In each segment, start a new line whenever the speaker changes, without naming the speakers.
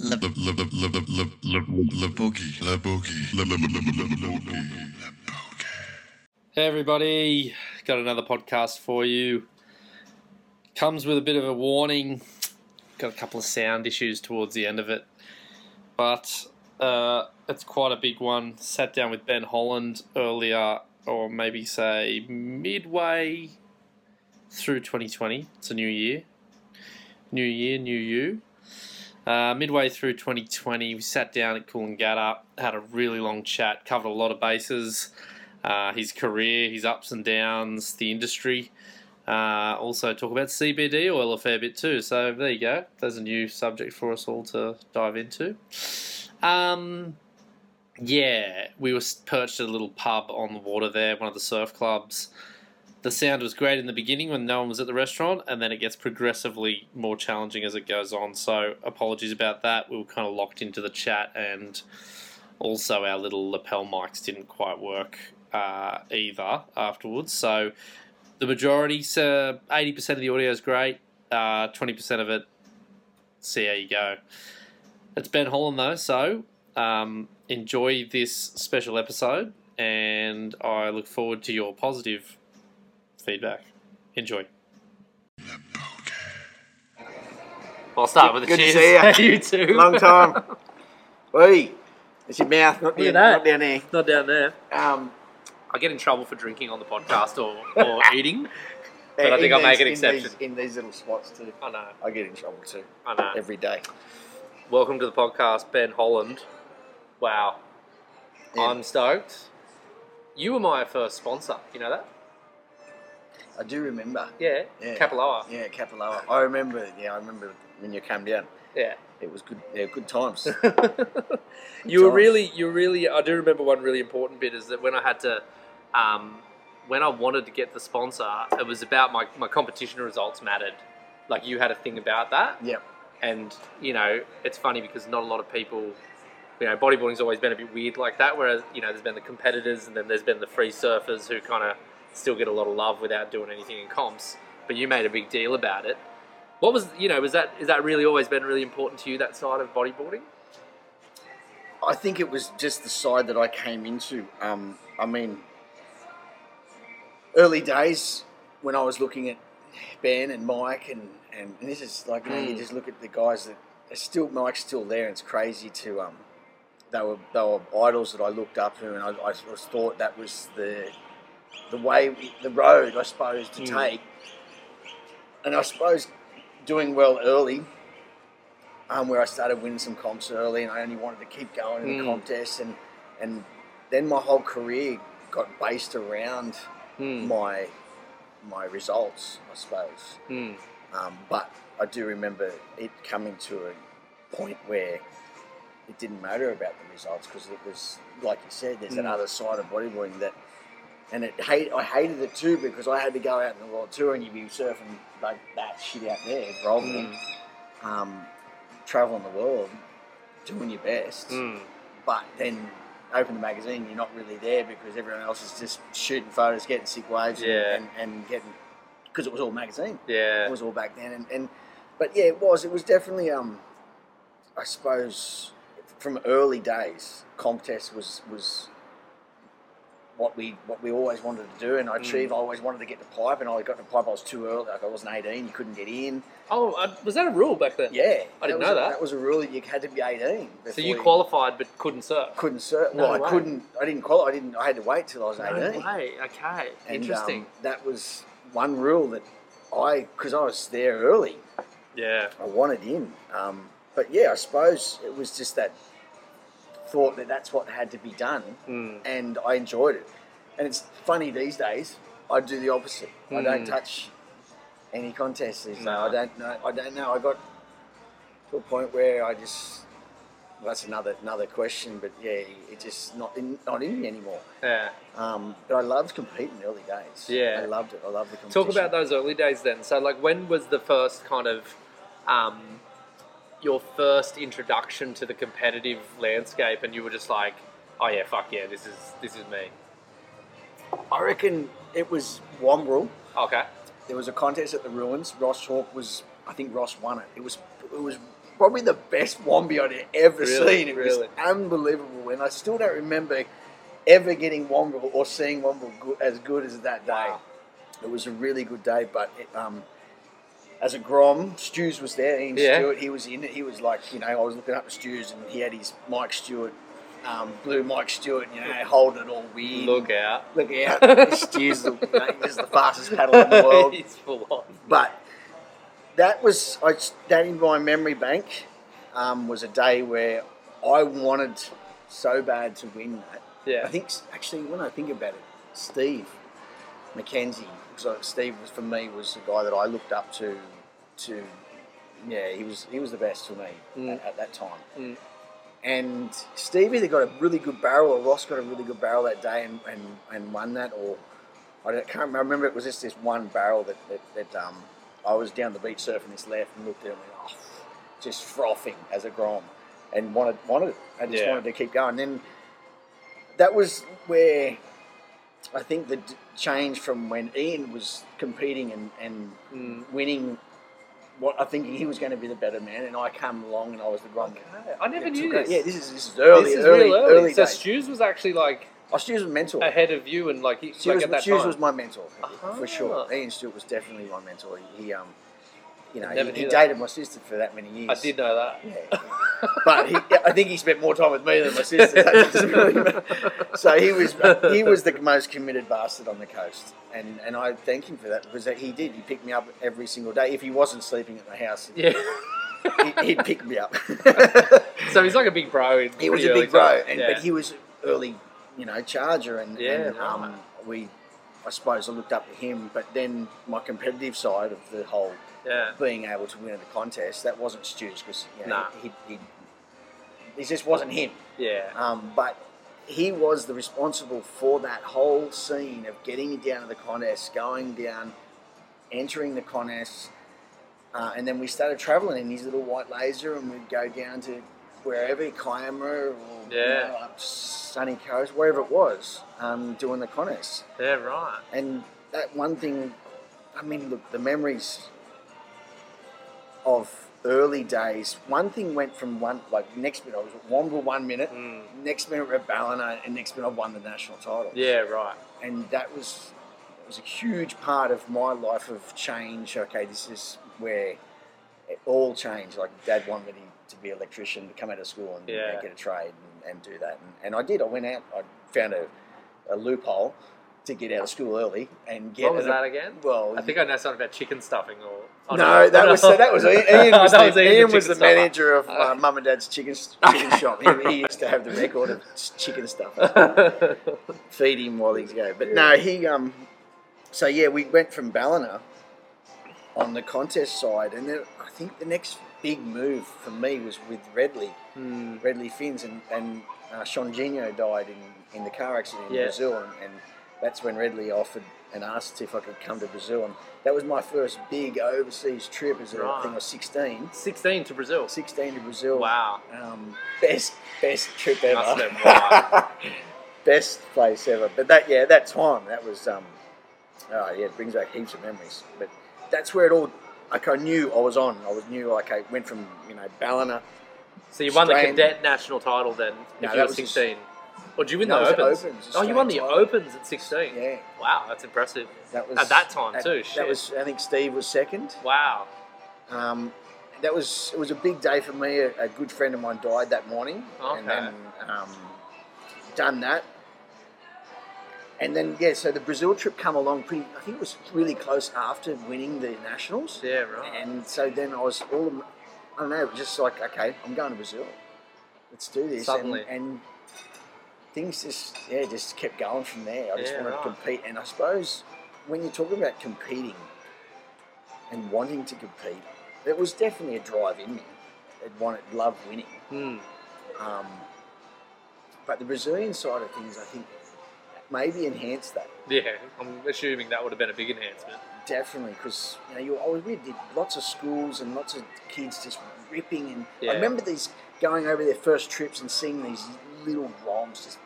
La la la la la la la la boogie. La boogie. La la la la la la boogie. La boogie.
Hey everybody, got another podcast for you. Comes with a bit of a warning. Got a couple of sound issues towards the end of it, but uh, it's quite a big one. Sat down with Ben Holland earlier, or maybe say midway through 2020. It's a new year, new year, new you. Uh, midway through 2020, we sat down at Coolangatta, had a really long chat, covered a lot of bases uh, his career, his ups and downs, the industry. Uh, also, talk about CBD oil a fair bit too. So, there you go. There's a new subject for us all to dive into. Um, yeah, we were perched at a little pub on the water there, one of the surf clubs. The sound was great in the beginning when no one was at the restaurant, and then it gets progressively more challenging as it goes on. So, apologies about that. We were kind of locked into the chat and also our little lapel mics didn't quite work uh, either afterwards. So the majority, so 80% of the audio is great, uh, 20% of it, see how you go. It's Ben Holland though, so um, enjoy this special episode and I look forward to your positive feedback. Enjoy. I'll start with a
Good to
cheers.
see
you too.
Long time. Oi, it's your mouth, not
Look
down,
at that.
not down there.
Not down there.
Um,
I get in trouble for drinking on the podcast or, or eating. But I
uh, in
think I'll make an
in
exception.
these- in these little spots too.
I know,
I get in trouble too
I know.
every day.
Welcome to the podcast, Ben Holland. Wow,
Yeah.
I'm stoked. You were my first sponsor. You know that?
I do remember.
Yeah.
Yeah.
Kapaloa.
Yeah, Kapaloa. I remember. Yeah, I remember when you came down.
Yeah.
It was good. Yeah, good times.
you were
times.
really, you were really. I do remember one really important bit is that when I had to, um, when I wanted to get the sponsor, it was about my my competition results mattered. Like you had a thing about that.
yep.
and you know it's funny because not a lot of people you know bodyboarding's always been a bit weird like that whereas you know there's been the competitors and then there's been the free surfers who kind of still get a lot of love without doing anything in comps but you made a big deal about it what was you know was that is that really always been really important to you that side of bodyboarding
I think it was just the side that I came into. Um, I mean, early days when I was looking at Ben and Mike, and, and, and this is like, you know, you
Mm.
just look at the guys that are still, Mike's still there, and it's crazy to, um, they were, they were idols that I looked up to, and I, I sort of thought that was the, the way, we- the road, I suppose, to
Mm.
take. And I suppose doing well early, um, where I started winning some comps early, and I only wanted to keep going in
Mm.
the contests, and and then my whole career got based around
Hmm,
my my results, I suppose.
hmm,
Um, but I do remember it coming to a point where it didn't matter about the results because it was like you said, there's that
Mm.
other side of bodyboarding that. And it hate I hated it too because I had to go out in the world tour and you'd be surfing like that shit out there,
hmm,
groveling um, traveling the world, doing your best,
Mm. hmm.
but then open the magazine, you're not really there because everyone else is just shooting photos, getting sick waves, and-
Yeah.
and, and, getting because it was all magazine, it
yeah
was all back then, and, and but yeah, it was, it was definitely, um, I suppose, from early days, contest was was. What we what we always wanted to do and I
Mm.
achieved. I always wanted to get the pipe, and I got the pipe. I was too early. Like I wasn't eighteen. You couldn't get in.
oh uh, was that a rule back then
Yeah,
I didn't
was
know
a-
that.
That was a rule that you had to be eighteen.
so
before
you qualified but couldn't surf
couldn't serve.
No
well,
way.
I couldn't. I didn't qualify. I didn't. I had to wait till I was
no
eighteen.
way okay
And,
interesting
um, that was one rule that I, because I was there early,
yeah
I wanted in. Um, but yeah, I suppose it was just that thought that that's what had to be done,
Mm.
and I enjoyed it. And it's funny these days. I do the opposite. I
Mm.
don't touch any contests. these days.
No.
I don't know. I don't know. I got to a point where I just. Well, that's another another question, but yeah, it's just not in, not in me anymore.
yeah
Um, but I loved competing in the early days.
Yeah.
I loved it. I loved the competition.
Talk about those early days then. So, like, when was the first kind of um, your first introduction to the competitive landscape, and you were just like, "Oh yeah, fuck yeah, this is this is me."
I reckon it was Wombrel.
Okay.
There was a contest at the Ruins. Ross Hawk was, I think Ross won it. It was it was probably the best Wombi I'd ever
Really?
seen. It was
Really?
unbelievable, and I still don't remember ever getting Wombi or seeing Wombi go- as good as that day.
Wow.
It was a really good day, but it, um, as a Grom, Stews was there. Ian
Yeah.
Stewart, he was in it. He was like, you know, I was looking up to Stews, and he had his Mike Stewart, um, blue Mike Stewart, you know, holding it all weird.
Look out.
Look out! Stews, the, you know, he was the fastest paddle in the world.
He's full on.
But that was I, that in my memory bank um, was a day where I wanted so bad to win that.
Yeah.
I think actually when I think about it, Steve McKenzie, so Steve was for me was the guy that I looked up to. To yeah, he was he was the best for me
Mm.
at, at that time.
Mm.
And Steve either got a really good barrel, or Ross got a really good barrel that day and, and, and won that, or I don't- can't remember. I remember it was just this one barrel that that, that um, I was down the beach surfing this left and looked at it and went, oh, just frothing as a grom, and wanted wanted it. I just
Yeah.
wanted to keep going. Then that was where I think the d- change from when Ian was competing and, and
Mm.
winning. What I think he was going to be the better man, and I come along and I was the grom.
I never
Yeah,
knew
it's okay.
this.
Yeah, this is this is early,
This is
early,
real
early,
So
days.
Stews was actually like
oh, Stu's was a mentor.
ahead of you and like, he,
She
like
was,
at that
she
time.
was my mentor
Uh-huh.
for sure. Ian Stewart was definitely my mentor. He, um, you know,
Never
he, he
knew that.
dated my sister for that many years.
I did know that.
Yeah. but he, I think he spent more time with me than my sister. That doesn't really matter. so he was he was the most committed bastard on the coast, and and I thank him for that because that he did. He picked me up every single day. If he wasn't sleeping at the house,
Yeah.
he, he'd pick me up.
So he's like a big bro. In
he was
pretty
a
early
big bro,
time.
and,
yeah.
but he was early, you know, charger, and,
Yeah,
and
right.
um, we, I suppose, I looked up to him. But then my competitive side of the whole
yeah.
being able to win at the contest that wasn't Stu's because you know,
Nah.
he, he, he just wasn't him.
Yeah.
Um, but he was the responsible for that whole scene of getting down to the contest, going down, entering the contest, uh, and then we started traveling in his little white laser, and we'd go down to wherever Kiama or you
Yeah.
know, up Sunny Coast, wherever it was, um, doing the contest.
Yeah. Right.
And that one thing, I mean, look, the memories of early days, one thing went from one, like next minute, I was at Womble one minute,
Mm.
next minute we're at Ballina, and next minute I won the national title.
Yeah. Right.
And that was, it was a huge part of my life of change. Okay, this is where it all changed. Like, dad wanted me to be an electrician, to come out of school and you know,
Yeah.
get a trade and, and do that. And, and I did. I went out, I found a, a loophole to get out of school early and get
What was
an-
that again?
well,
I think I know something about chicken stuffing or. oh,
no, that was so that was Ian was,
That
the,
Ian
Ian was
chicken
the
stuffer.
manager of uh, Mum and Dad's chicken chicken shop. He, he used to have the record of chicken stuff. Feed him while he's go. But no, he um. So yeah, we went from Ballina on the contest side, and then I think the next big move for me was with Redley,
Hmm.
Redley Fins, and and uh, Shonginho died in in the car accident in
Yeah.
Brazil, and, and that's when Redley offered and asked if I could come to Brazil, and that was my first big overseas trip. As a- I think I
Right.
was 16,
16 to Brazil.
16 to Brazil.
Wow.
Um, best best trip
Must
ever.
have been wild.
best place ever. But that yeah, that time that was um, oh yeah, it brings back heaps of memories. But that's where it all. Like I knew I was on. I was knew like I went from you know Ballina.
So you won the
Australian-
cadet national title then if
No, that
you were
was
16. Or Oh, did you win
No,
the
it
opens?
was the Opens,
oh, you won the
Australian
opens at 16.
Yeah,
Wow, that's impressive.
that was
At that time
that-
too.
That
shit.
was I think Steve was second.
wow.
Um, that was it was a big day for me. A, a good friend of mine died that morning, and
Okay.
then um, done that. And then yeah, so the Brazil trip come along pretty. I think it was really close after winning the nationals,
Yeah, right.
and so then I was all I don't know, it was just like okay, I'm going to Brazil. Let's do this.
Suddenly.
and, and things just yeah just kept going from there. I just
Yeah,
wanted
right.
to compete, and I suppose when you're talking about competing and wanting to compete, it was definitely a drive in me. It wanted love winning.
Hmm.
Um, but the Brazilian side of things, I think, maybe enhanced that
Yeah, I'm assuming that would have been a big enhancement.
definitely because you know you always we did lots of schools and lots of kids just ripping and
Yeah.
I remember these going over their first trips and seeing these little roms just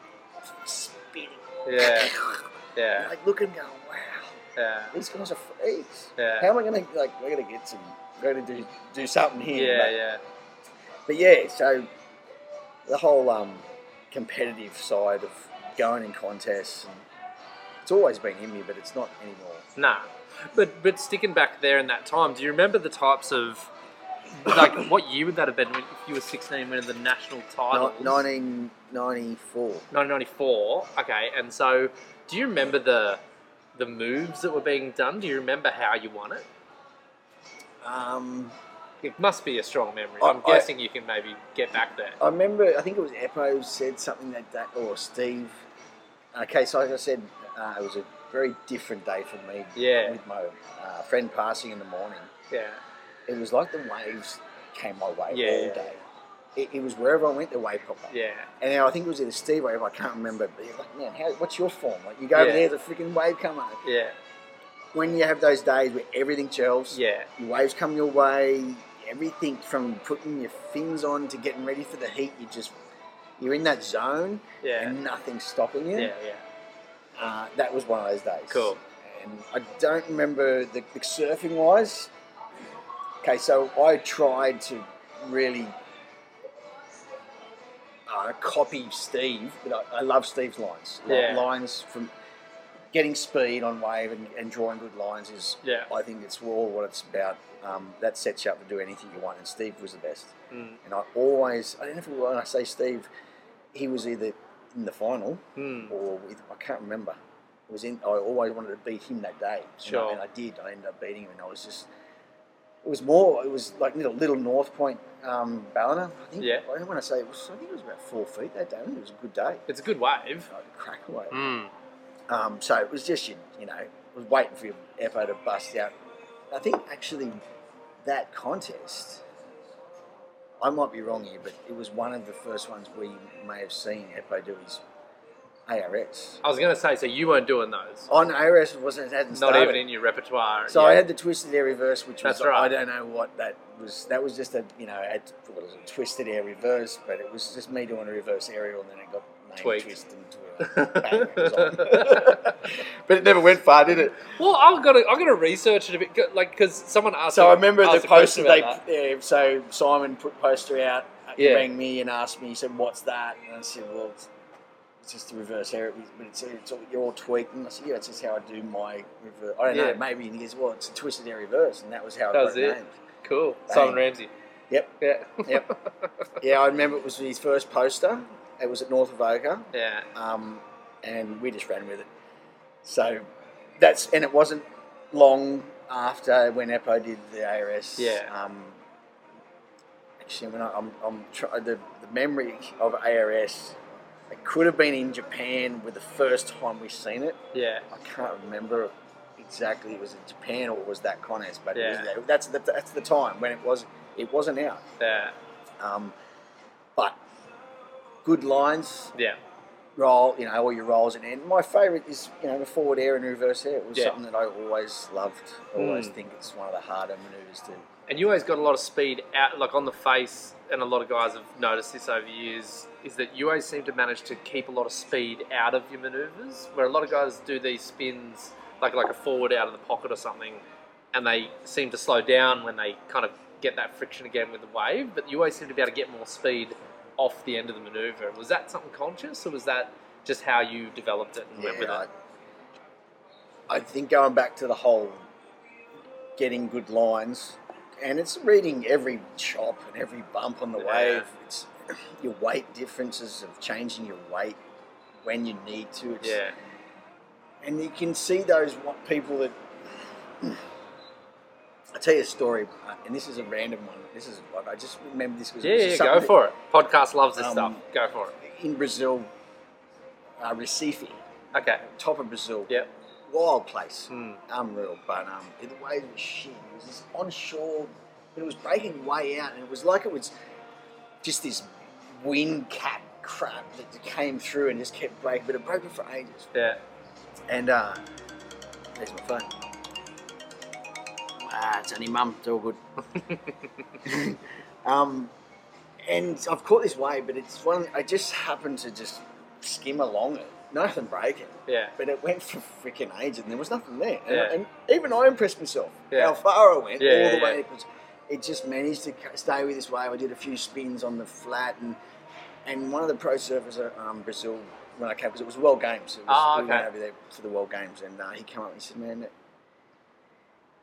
spinning.
Yeah, yeah,
Like looking, going, wow,
yeah,
these guys are freaks.
yeah.
How am I gonna like? We're gonna get some. We're gonna do do something here.
Yeah,
Like,
yeah.
But yeah, so the whole um, competitive side of going in contests, and it's always been in me, but it's not anymore.
Nah. But but sticking back there in that time, do you remember the types of like what year would that have been when, if you were 16 winning the national title?
Ni- 1994.
1994. Okay, and so do you remember the the moves that were being done? Do you remember how you won it?
Um,
It must be a strong memory.
I-
I'm
I-
guessing you can maybe get back there.
I remember, I think it was Eppo said something that day, or Steve. Okay, so like I said, uh, it was a very different day for me
Yeah.
with my uh, friend passing in the morning.
Yeah.
It was like the waves came my way
Yeah.
all day. It, it was wherever I went, the wave popped up.
Yeah.
And then I think it was either Steve wave, I can't remember, but he's like, man, how, what's your form? Like, you go over
Yeah.
there, the freaking wave come up.
Yeah.
When you have those days where everything gels,
Yeah.
your waves come your way, everything from putting your fins on to getting ready for the heat, you just you're in that zone
Yeah.
and nothing's stopping you.
Yeah. Yeah.
Uh, that was one of those days.
Cool.
And I don't remember the, the surfing wise. Okay, so I tried to really uh, copy Steve, but I, I love Steve's lines. Like,
Yeah.
Lines from getting speed on wave and, and drawing good lines is
Yeah.
I think it's all what it's about. Um, that sets you up to do anything you want, and Steve was the best.
Mm.
And I always, I don't know if it was- when I say Steve, he was either in the final
Mm.
or with, I can't remember. It was in. I always wanted to beat him that day, and
Sure.
I, and I did. I ended up beating him, and I was just. It was more. It was like little, little North Point um, Ballina. I think.
Yeah.
I don't want to say. It was, I think it was about four feet that day. I think it was a good day.
It's a good wave.
Like a crack away.
Mm.
Um, so it was just you, you know, I was waiting for your Epo to bust out. I think actually that contest, I might be wrong here, but it was one of the first ones we may have seen Epo do his ARS.
I was gonna say, so you weren't doing those.
On ARS it wasn't it hadn't
Not
Oh, started.
even in your repertoire.
so
yeah.
I had the twisted air reverse, which was
That's right.
I don't know what that was. That was just a you know a, what was it, twisted air reverse, but it was just me doing a reverse aerial, and then it got named
Tweaked.
twisted into a bang, it was on.
but
it never went far, did it?
well, I've got to, I've got to research it a bit, go- like because someone asked.
So I
me-
remember
asked
the
a question
poster they
about
yeah, so Simon put a poster out. uh, He
Yeah.
rang me and asked me. He said, "What's that?" And I said, "Well, it's, it's just the reverse hair, but it's, it's all, you're all tweaked." And I said, "Yeah, it's just how I do my reverse. I don't
Yeah.
know, maybe." And he goes, "Well, it's a twisted hair reverse," and that was how
That
I
was
got
it.
named.
that. Cool,
Bang.
Simon Ramsey.
Yep.
Yeah.
Yeah, I remember it was his first poster. It was at North of Oka,
Yeah.
um, and we just ran with it. So that's and it wasn't long after when Epo did the ARS.
Yeah.
Um, actually, when I, I'm, I'm try, the the memory of ARS, it could have been in Japan with the first time we seen it.
Yeah.
I can't remember exactly it was in Japan or it was that contest, but it was
Yeah.
that- that's the, that's the time when it was it wasn't out.
Yeah.
Um, but good lines
Yeah.
roll, you know, all your rolls in. And my favourite is, you know, the forward air and reverse air. It was
Yeah.
something that I always loved. I always
Mm.
think it's one of the harder manoeuvres to.
And you always got a lot of speed out, like on the face, and a lot of guys have noticed this over years, is that you always seem to manage to keep a lot of speed out of your manoeuvres, where a lot of guys do these spins, like like a forward out of the pocket or something, and they seem to slow down when they kind of get that friction again with the wave, but you always seem to be able to get more speed off the end of the manoeuvre. Was that something conscious, or was that just how you developed it and went with
I,
it?
I think going back to the whole getting good lines, and it's reading every chop and every bump on the
Yeah.
wave. It's your weight differences of changing your weight when you need to. It's,
Yeah,
and you can see those wa- people that. I tell you a story, uh, and this is a random one. This is like I just remember this was
yeah, yeah go for it. Podcast loves this
Um,
stuff. Go for it.
it. in Brazil, uh, Recife,
Okay.
top of Brazil,
Yep.
wild place,
Mm.
unreal. But um, the wave was shit. It was this onshore, but it was breaking way out, and it was like it was just this wind cap crap that came through and just kept breaking, but it broke it for ages.
Yeah.
And uh, there's my phone. Ah, it's only mum. It's all good. um, and I've caught this wave, but it's one. I just happened to just skim along it, nothing breaking.
Yeah.
But it went for freaking ages, and there was nothing there. And,
Yeah.
and even I impressed myself
Yeah.
how far I went,
Yeah,
all the
yeah,
way. It was, it just managed to ca- stay with this wave. I did a few spins on the flat, and and one of the pro surfers at um, Brazil when I came because it was World Games. It was,
Ah,
We went
okay.
over there for the World Games, and uh, he came up and he said, "Man,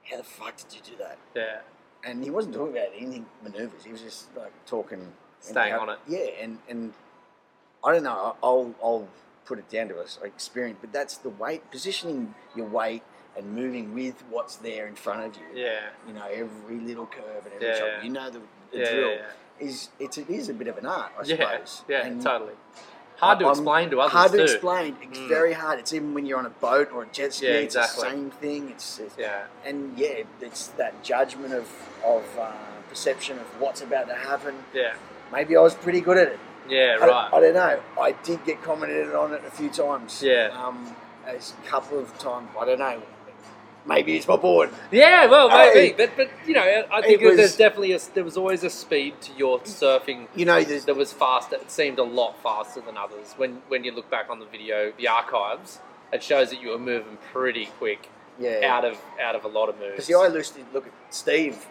how the fuck did you do that?"
Yeah.
And he wasn't talking about anything maneuvers. He was just like talking, and
Staying
how-
on it.
Yeah, and and I don't know. I'll I'll put it down to us experience, but that's the weight positioning your weight and moving with what's there in front of you
Yeah.
you know every little curve and every
Yeah,
chop.
yeah.
You know the, the
Yeah.
drill
Yeah. yeah.
is it's it is a bit of an art, I
Yeah,
suppose.
yeah,
And
totally. Hard to
I'm-
explain to others
hard to
too.
explain. It's
Mm.
very hard. It's even when you're on a boat or a jet ski.
Yeah,
it's
exactly.
the same thing. It's, it's
Yeah,
and yeah, it's that judgment of of uh, perception of what's about to happen.
yeah,
Maybe I was pretty good at it.
yeah.
I-
Right.
I, don't know. I did get commented on it a few times.
Yeah.
Um, a couple of times. I don't know. Maybe it's my board.
yeah, well,
Hey.
maybe, but but you know, I- I think
It was-
there's definitely a, there was always a speed to your surfing
You know, there's
that was faster. It seemed a lot faster than others. When when you look back on the video, the archives, it shows that you were moving pretty quick
yeah.
out of out of a lot of moves.
Because the I loosely look at Steve.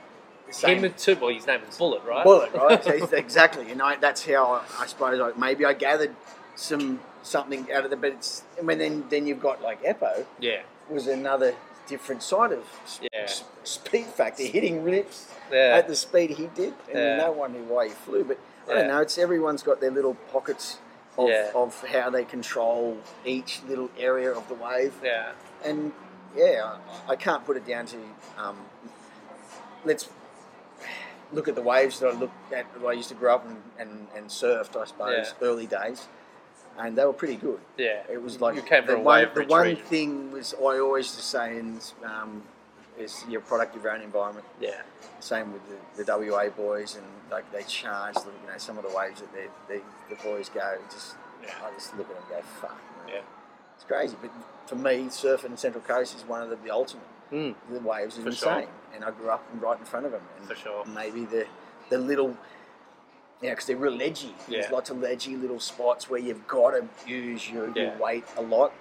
the same-
Him and two, well, his name was Bullet, right?
Bullet, right? So he's- exactly. And I, that's how I, I suppose I, maybe I gathered some something out of the. But it's I mean, then then you've got like Epo
Yeah,
was another different side of sp-
Yeah.
sp- speed factor, hitting rips
yeah,
at the speed he did, and
Yeah.
no one knew why he flew. But I don't
Yeah.
know. It's everyone's got their little pockets. Of,
Yeah.
of how they control each little area of the wave
yeah,
and yeah, I, I can't put it down to. Um, let's look at the waves that I looked at. That I used to grow up and, and, and surfed, I suppose, early days, and they were pretty good.
yeah.
It was like
You came
the
from a
one,
wave
the
rich
one
region.
thing was I always just say is, um, is your product, your own environment.
yeah,
Same with the, the WA boys, and like they charge, you know, some of the waves that they, they, the boys go. Just
yeah.
I just look at them and go, fuck. Man.
Yeah.
It's crazy. But for me, surfing in Central Coast is one of the, the ultimate.
Mm.
The waves are
For
insane.
sure.
And I grew up right in front of them. And
for sure.
maybe the, the little, yeah, because they're real ledgy.
Yeah.
There's lots of ledgy little spots where you've got to use your,
Yeah.
your weight a lot.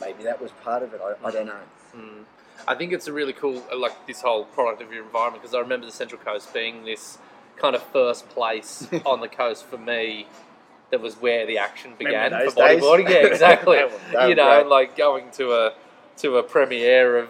Maybe that was part of it. I, I don't know.
Mm. I think it's a really cool, uh, like this whole product of your environment, because I remember the Central Coast being this kind of first place on the coast for me. That was where the action began
Remember
for
those days?
bodyboarding. Yeah, exactly.
That was- that
you
was
know,
great.
and, like going to a to a premiere of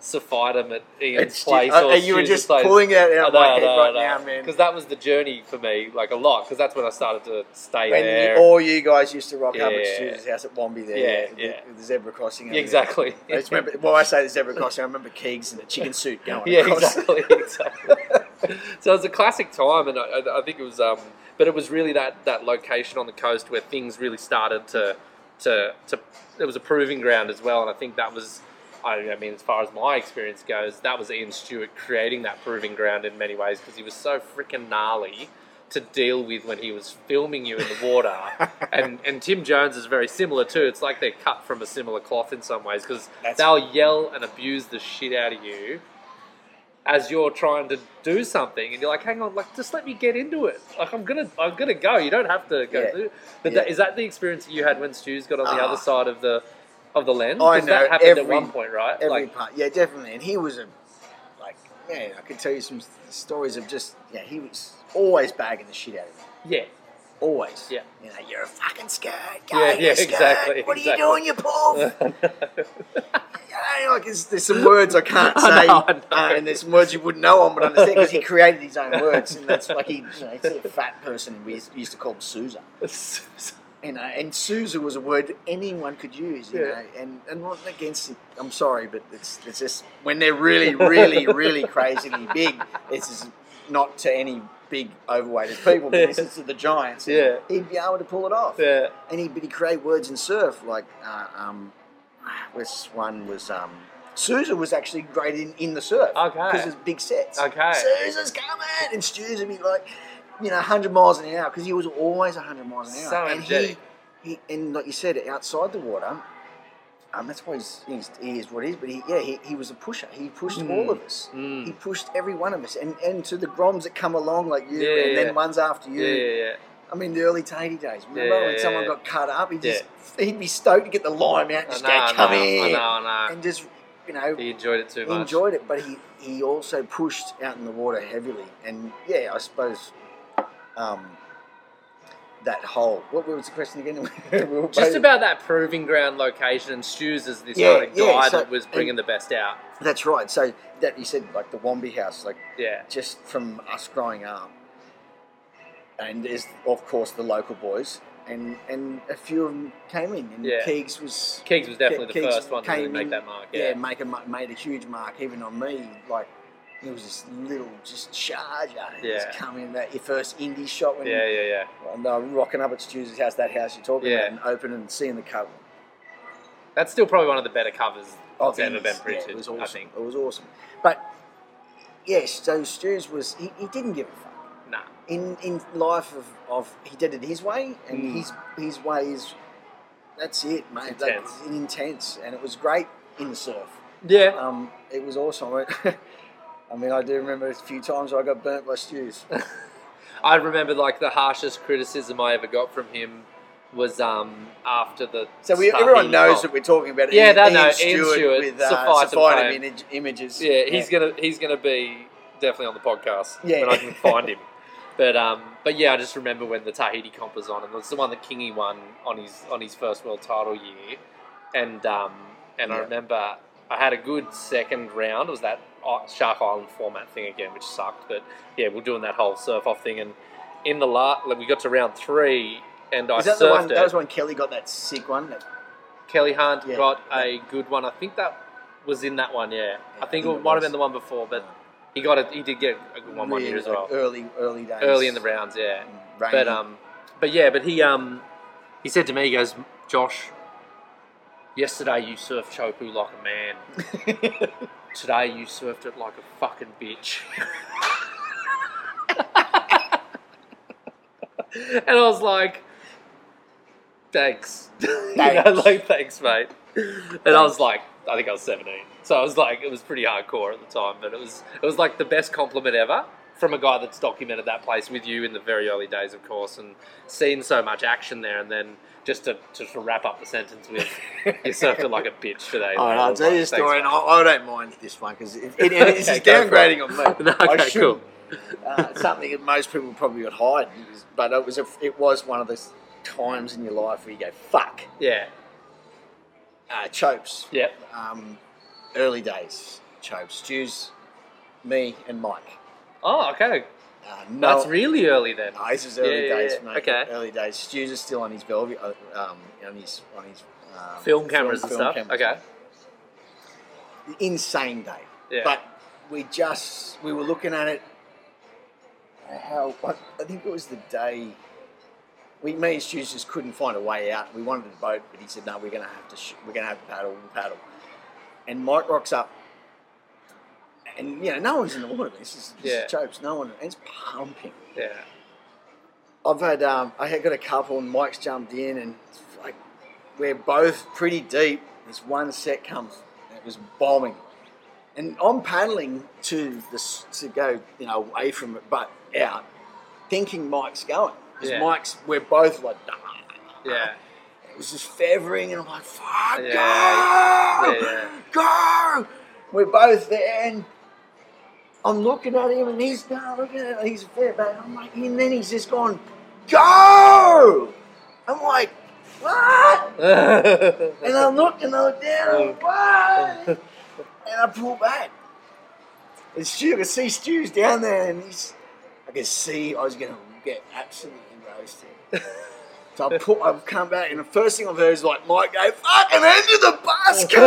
Sophitum at Ian's
It's-
place.
uh,
or
and you were
Stu's
just
place.
pulling it out of my head right now, man.
Because that was the journey for me, like a lot. Because that's when I started to stay
When
there.
all you guys used to rock up
Yeah.
at Stu's house at Wombi there,
Yeah,
the-
yeah.
the, zebra crossing. over
Yeah,
there.
exactly.
I just remember, well, I say the zebra crossing, I remember Keegs in a chicken suit going
yeah,
across.
exactly, exactly. so it was a classic time, and I, I- I think it was, um, but it was really that that location on the coast where things really started to to to. It was a proving ground as well, and I think that was. I I mean, as far as my experience goes, that was Ian Stewart creating that proving ground in many ways because he was so freaking gnarly to deal with when he was filming you in the water. and and Tim Jones is very similar too. It's like they're cut from a similar cloth in some ways because
That's-
they'll yell and abuse the shit out of you as you're trying to do something, and you're like, "Hang on, like just let me get into it. Like I'm gonna, I'm gonna go. You don't have to go."
Yeah.
through. But
Yeah.
that, is that the experience that you had when Stu's got on the
Ah.
other side of the of the lens?
I
'Cause
know,
that happened at
every-
one point, right?
Every
like,
part, yeah, definitely. And he was a like, man, I could tell you some s- stories of just yeah, he was always bagging the shit out of me,
yeah,
always.
Yeah.
you know, you're a fucking scared.
Yeah, yeah, exactly,
exactly. What
exactly.
are you doing, you poof? You know, like, it's, there's some words I can't say,
I know, I know.
Uh, and there's some words you wouldn't know on, but understand because he created his own words, and that's like he, you know, he's a fat person. We used- used to call him Sousa. you know, and Sousa was a word that anyone could use, you
Yeah.
know, and, and not against it. I'm sorry, but it's, it's just when they're really, really, really crazily big, this is not to any big overweighted people, but this is to the giants.
Yeah.
He'd be able to pull it off.
yeah,
And he, but he created words and surf, like, uh, um, this one was, um, Sousa was actually great in, in the surf.
Okay.
Because it's big sets.
Okay.
Sousa's coming! And Stu's would be like, you know, 100 miles an hour, because he was always 100 miles an hour.
So
and he-
energetic.
he, and like you said, outside the water, um, that's why he's, he's, he is what he is. But he, yeah, he, he was a pusher. He pushed
Mm.
all of us.
Mm.
He pushed every one of us, and, and to the groms that come along like you,
Yeah,
and
yeah.
then ones after
yeah,
you.
yeah, yeah.
I mean, the early Tatey days. Remember
Yeah,
when
yeah,
someone
yeah.
got cut up? He just he'd be stoked to get the lime out, and just
I know,
go, come
I know,
in,
I know, I know.
and just you know,
He enjoyed it too
he
much.
enjoyed it, but he, he also pushed out in the water heavily. And yeah, I suppose um, that whole what was the question again? We were
Just
both-
about that proving ground location, and Stu's is this
Yeah,
kind of guy
yeah, so-
that was bringing the best out.
that's right. So that you said like the Wombie House, like
Yeah.
just from us growing up, and there's of course the local boys, and and a few of them came in, and
Yeah.
Keegs was
Keegs was definitely the
Keegs
first one to really
came
make
in,
that mark.
yeah,
Yeah.
make a ma- made a huge mark even on me. Like it was this little just charger. It's
Yeah.
coming that your first indie shot when
Yeah, yeah, yeah.
and I'm rocking up at Stu's house, that house you're talking
Yeah.
about, and open and seeing the cover.
That's still probably one of the better covers
of
that's ever
his.
been
Yeah,
printed,
it was
I
awesome.
think.
It was awesome. But yes, so Stu's was he, he didn't give a fuck.
Nah.
in in life of, of he did it his way and
Mm.
his his way is that's it mate
It's
Like,
intense.
it's intense and it was great in the surf
Yeah.
um, it was awesome I went- I mean I do remember a few times I got burnt by stews
I remember like the harshest criticism I ever got from him was um after the
so we,
Star
everyone
Heat
knows
comp.
that we're talking about
Yeah,
Ian,
they
Ian
know, Ian
Stewart,
Stewart,
with uh,
Suffice and
Suffice
Fame.
image, images
Yeah, he's gonna he's gonna be definitely on the podcast
Yeah.
when I can find him. But um, but yeah, I just remember when the Tahiti comp was on, and it was the one that Kingy won on his on his first world title year, and um, and I
Yeah.
remember I had a good second round. It was that I- Shark Island format thing again, which sucked. But yeah, we're doing that whole surf off thing, and in the last, like, we got to round three, and I
is that
surfed
the one
it.
that was when Kelly got that sick one that-
Kelly Hunt
Yeah.
got a good one. I think that was in that one. Yeah, I think it, might have
was.
been the one before, but. He got a, he did get a good one one year
really,
as well.
like, uh, early early days Mm,
Early in the rounds, yeah.
rainy.
But um but yeah, but he um he said to me, he goes, Josh, yesterday you surfed Chopu like a man. Today you surfed it like a fucking bitch. and I was like, Thanks. You know,
Thanks.
like, thanks, mate. And I was like, I think I was 17. So I was like, it was pretty hardcore at the time, but it was it was like the best compliment ever from a guy that's documented that place with you in the very early days, of course, and seen so much action there. And then just to just to wrap up the sentence with, you surfed it like a bitch today.
All right,
I
Oh, I'll
was
tell
like,
you a
"Thanks,
story,
mate."
and I, I don't mind this one because it, it, it's
Okay,
just
go for it.
downgrading on me.
No,
I
okay,
shouldn't. Uh, something that most people probably would hide, but it was a, it was one of those times in your life where you go fuck
Yeah.
uh, chopes.
Yep.
Um, early days chopes. Stews, me and Mike.
Oh, okay.
Uh, no,
That's really early then.
no, this is early
Yeah, yeah,
days,
yeah.
mate.
Okay.
Early days. Stews is still on his Bellevue, uh, um, on his on his um,
Film cameras and
film
stuff.
cameras.
okay.
Insane day.
Yeah.
But we just we were looking at it. How what, I think it was the day we me and Stu just couldn't find a way out. We wanted a boat, but he said no. We're gonna have to sh- we're gonna have to paddle and paddle. And Mike rocks up, and you know no one's in the water. This is this
Yeah.
is chokes. No one. and It's pumping.
yeah.
I've had um, I had got a couple, and Mike's jumped in, and it's like we're both pretty deep. This one set comes, and it was bombing, and I'm paddling to this to go you know away from it, but out, thinking Mike's going because
Yeah.
Mike's we're both like. "Nah."
Yeah.
It was just fevering, and I'm like, "Fuck,
Yeah.
go,
Yeah, yeah.
go!" We're both there, and I'm looking at him, and he's now looking at him, he's there, but I'm like, and then he's just gone, "Go!" I'm like, "What?" And I'm looking, I look down, I'm like, "What?" And I pull back, and Stu, I could see Stu's down there, and he's, I could see I was gonna get absolutely roasted. So I put, I've come back, and the first thing I've heard is like Mike go, "Fucking into the basket!"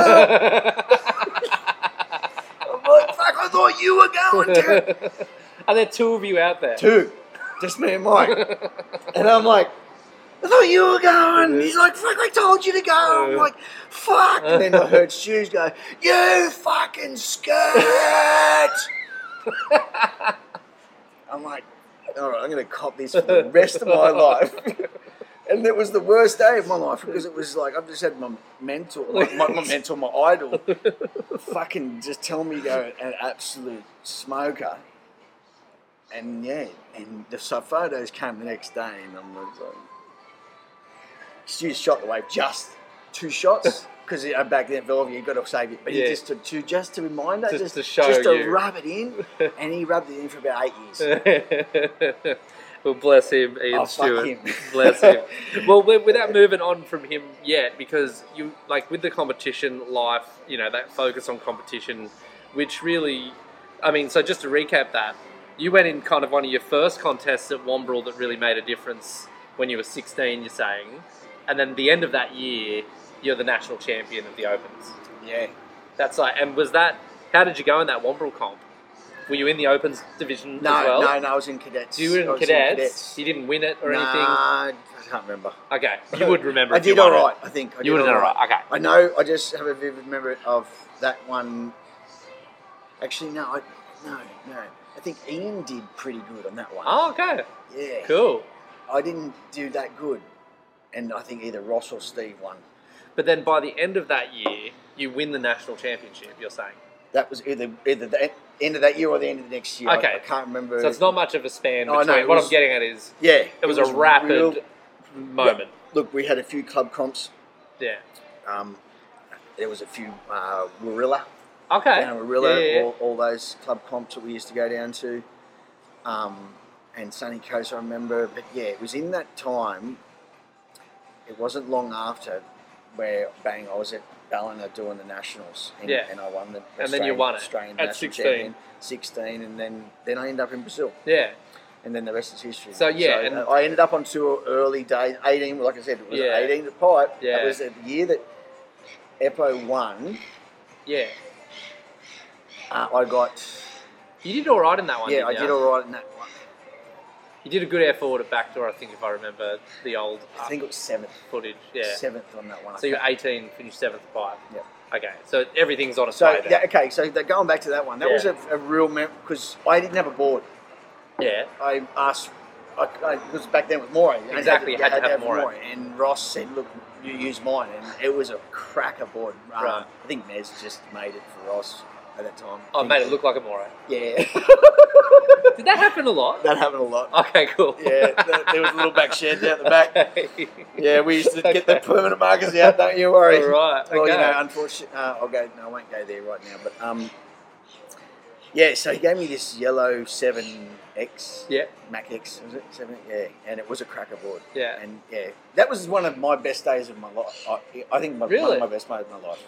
I'm like, "Fuck, I thought you were going to."
Are there two of you out there?
Two, just me and Mike, and I'm like, "I thought you were going." He's like, "Fuck, I told you to go." I'm like, "Fuck!" And then I heard Shoes go, "You fucking skirt!" I'm like, "All right, I'm going to cop this for the rest of my life." And it was the worst day of my life because it was like I've just had my mentor, like my, my mentor, my idol, fucking just tell me go an absolute smoker. And yeah, and the so photos came the next "Oh." day, and I'm like, Stu shot the wave just two shots, because back then Velvia, you got to save it. But
Yeah.
he just to, to just to remind us,
Just
just
to show
just to
you.
rub it in, and he rubbed it in for about eight years.
well, bless him, Ian
Oh, fuck
Stewart.
him.
bless him. Well, wi- without moving on from him yet, because you like with the competition life, you know that focus on competition, which really, I mean, so just to recap that, you went in kind of one of your first contests at Wombrel that really made a difference when you were 16. You're saying, and then the end of that year, you're the national champion of the Opens.
yeah.
That's like, and was that? How did you go in that Wombrel comp? Were you in the Opens division
No,
as well?
no, no. I was Oh, in cadets.
You were
I
in
was
cadets. You didn't win it or anything.
Nah, I can't remember.
Okay, you would remember.
I
if you
did all
won it.
right. I think I
You would have
all
done all right. Okay.
I know. I just have a vivid memory of that one. Actually, no, I, no, no. I think Ian did pretty good on that one.
Oh, okay.
yeah,
Cool.
I didn't do that good, and I think either Ross or Steve won.
But then by the end of that year, you win the national championship. You're saying
That was either either the end of that year or the end of the next year. I-
Okay.
I, can't remember.
so. It's not much of a span
Oh, No, I
between.
know, it
what
was-
I'm getting at is
yeah,
it was, a rapid
real-
moment.
look, we had a few club comps.
Yeah.
Um, there was a few uh, Warilla.
Okay.
down in Warilla,
Yeah, yeah, yeah.
All, all those club comps that we used to go down to, um, and Sunny Coast, I remember. But yeah, it was in that time. It wasn't long after where bang, I was at Ballina doing the nationals, and,
Yeah.
and I won the
then you
Australian-
won it
Australian
at
national
16.
champion, sixteen, and then then I ended up in Brazil,
Yeah.
and then the rest is history.
So, yeah, and-
uh, I ended up on tour early days, eighteen. Like I said, it was
Yeah.
eighteen. The pipe.
Yeah.
That was the year that Epo won.
Yeah.
Uh, I got
You did all right in that one.
yeah,
didn't
I
you?
did all right in that one.
You did a good air forward at backdoor, I think, if I remember the old uh,
I think it was seventh.
footage. Yeah.
Seventh on that one. I
So you're
think.
18, finished seventh pipe.
Yep.
Okay. So everything's on a
so
way
yeah,
there.
okay. So that, going back to that one, that
Yeah.
was a, a real because I didn't have a board.
Yeah.
I asked I, I, because back then it was Morey. You only
Exactly, you had to have Morey.
And Ross said, "Look, you use mine," and it was a cracker board. Um,
Right.
I think Nez just made it for Ross at that time.
Oh, made it look like a moron.
Yeah,
Did that happen a lot?
that happened a lot.
Okay, cool.
Yeah, there- there was a little back shed down the back. Yeah, we used to get the
Okay.
permanent markers out. Don't you
All
worry.
right. Okay.
Well, you know, unfortunately, uh, I'll go. No, I won't go there right now. But um, yeah. So he gave me this yellow seven X
yeah.
Mac X, was it seven? Yeah, and it was a cracker board.
Yeah.
And yeah, that was one of my best days of my life. I, I think my, one
Really?
of my best days of my life.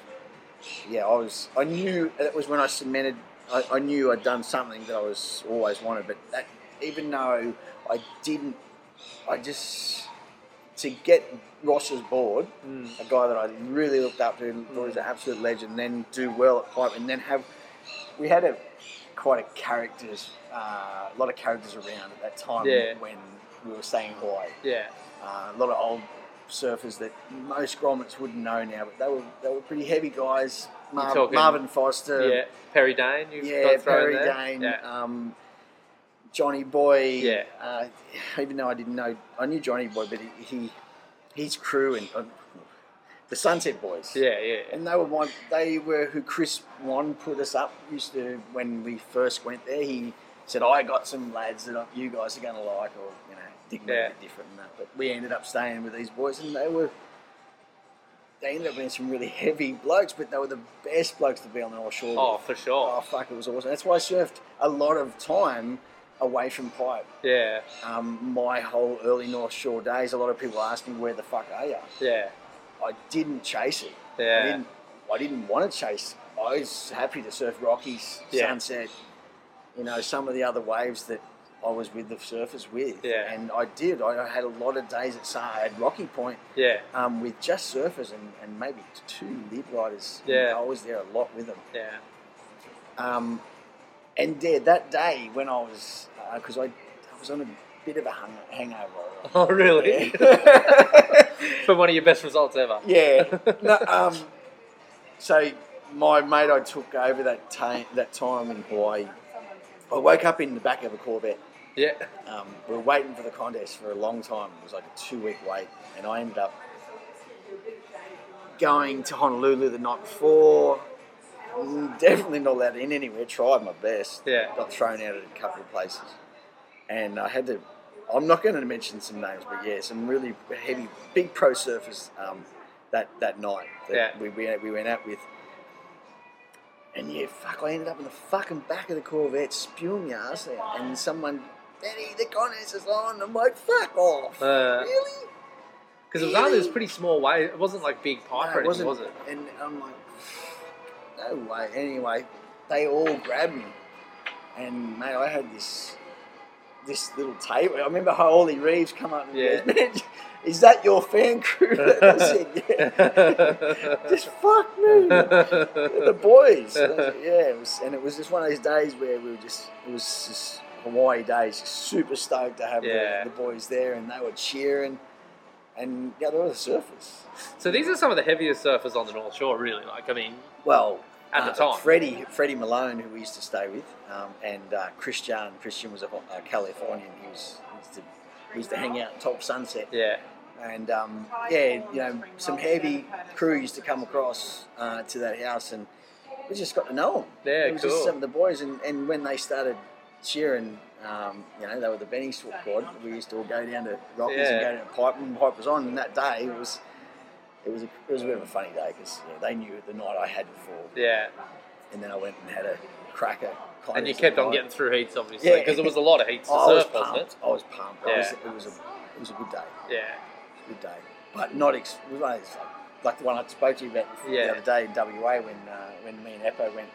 Yeah, I was. I knew that was when I cemented. I, I knew I'd done something that I was always wanted. But that, even though I didn't, I just to get Ross's board
Mm.
a guy that I really looked up to and thought was an absolute legend, then do well at Pipe, and then have we had a quite a characters, uh, a lot of characters around at that time
Yeah.
when we were staying in Hawaii.
Yeah.
Uh, a lot of old surfers that most grommets wouldn't know now, but they were they were pretty heavy guys. Mar-
talking-
Marvin Foster,
yeah. Perry Dane. You've
Um, yeah,
got to throw in
Perry
there.
Dane,
Yeah.
um, Johnny Boy.
Yeah.
Uh, even though I didn't know, I knew Johnny Boy, but he, he his crew and uh, the Sunset Boys.
Yeah. Yeah. yeah.
And they were one. They were who Chris Wan put us up. Used to when we first went there, he said, "I got some lads that you guys are going to like," or you know, didn't
Yeah.
yeah. bit different than that. But we ended up staying with these boys, and they were. They ended up being some really heavy blokes, but they were the best blokes to be on the North Shore.
Oh,
with.
for sure.
Oh fuck, it was awesome. That's why I surfed a lot of time away from pipe.
Yeah.
Um, my whole early North Shore days, a lot of people ask me where the fuck are you.
Yeah.
I didn't chase it. I
Yeah.
didn't. I didn't want to chase. I was happy to surf Rockies,
Yeah.
Sunset, you know, some of the other waves that I was with the surfers with.
Yeah.
And I did. I I had a lot of days at, Sun- at Rocky Point
Yeah.
um, with just surfers and, and maybe two lead riders. And
Yeah.
I was there a lot with them.
Yeah.
Um, and there, that day when I was, because I, I was on a bit of a hung, hangover.
Oh, really? for one of your best results ever.
yeah. No, um, so my mate I took over that, ta- that time in Hawaii, I woke up in the back of a Corvette.
Yeah.
Um, we were waiting for the contest for a long time. It was like a two week wait. And I ended up going to Honolulu the night before. Mm, Definitely not allowed in anywhere. Tried my best.
Yeah.
Got thrown out at a couple of places. And I had to, I'm not going to mention some names, but yeah, some really heavy, big pro surfers um, that that night that
Yeah.
we, we we went out with. And yeah, fuck! I ended up in the fucking back of the Corvette, spewing your ass out, and someone, Daddy, the contest is on. I'm like, fuck off!
Uh,
really?
Because it was only this pretty small way. It wasn't like big pipe
No,
or anything, was it?
And I'm like, no way. Anyway, they all grabbed me, and mate, I had this this little tape. I remember how Ollie Reeves come up and
Yeah.
goes, "Man, is that your fan crew?" I said, yeah. Just fuck me. the boys. I was like, yeah, it was, and it was just one of those days where we were just, it was just Hawaii days, just super stoked to have the-
Yeah.
the, boys there and they were cheering. And yeah, they were the surfers.
so these are some of the heaviest surfers on the North Shore, really. Like, I mean,
Well,
at the
uh,
time.
Freddie, Freddie Malone, who we used to stay with, um, and uh, Christian. Christian was a, a Californian. He was, he used to, he used to hang out in Top Sunset.
yeah.
and um, yeah, you know, some heavy crew used to come across uh, to that house, and we just got to know them.
Yeah,
it was just
cool.
some of the boys, and, and when they started cheering, um, you know, they were the Benny Swap Quad. We used to all go down to Rockies and
Yeah.
go down to Pipe, and Pipe was on. And that day it was, it was a, it was a bit of a funny day because yeah, they knew the night I had before,
Yeah.
and then I went and had a cracker.
And you kept on getting through heats, obviously,
Yeah.
because it was a lot of heats to
Oh, I was
surf, wasn't
pumped.
it?
I was pumped. I was,
Yeah.
it was a it was a good day
Yeah.
good day, but not ex- it was one of those, like the one I spoke to you about
Yeah.
the other day in WA when uh, when me and Eppo went.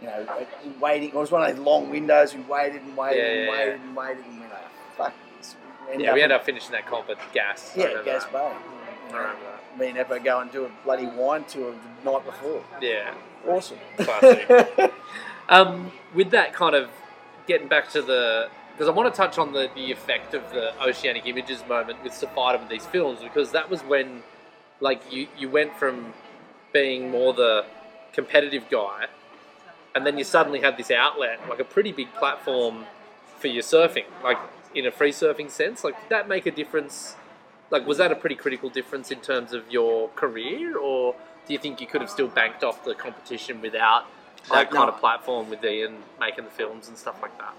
You know, waiting. It was one of those long windows. We waited and waited
Yeah,
and
yeah,
waited and waited, and we're like, "Fuck." This.
Yeah, we ended up finishing that comp at gas. I
Yeah,
remember
Gas
that.
Bay. You
I
know,
remember that.
me and Eppo go and do a bloody wine tour the night before.
Yeah.
Awesome.
Classic. Um, with that kind of getting back to the because I want to touch on the, the effect of the oceanic images moment with Sephardim and these films because that was when like you you went from being more the competitive guy and then you suddenly had this outlet like a pretty big platform for your surfing like in a free surfing sense like did that make a difference like was that a pretty critical difference in terms of your career or do you think you could have still banked off the competition without that
No.
kind of platform with Ian making the films and stuff like that.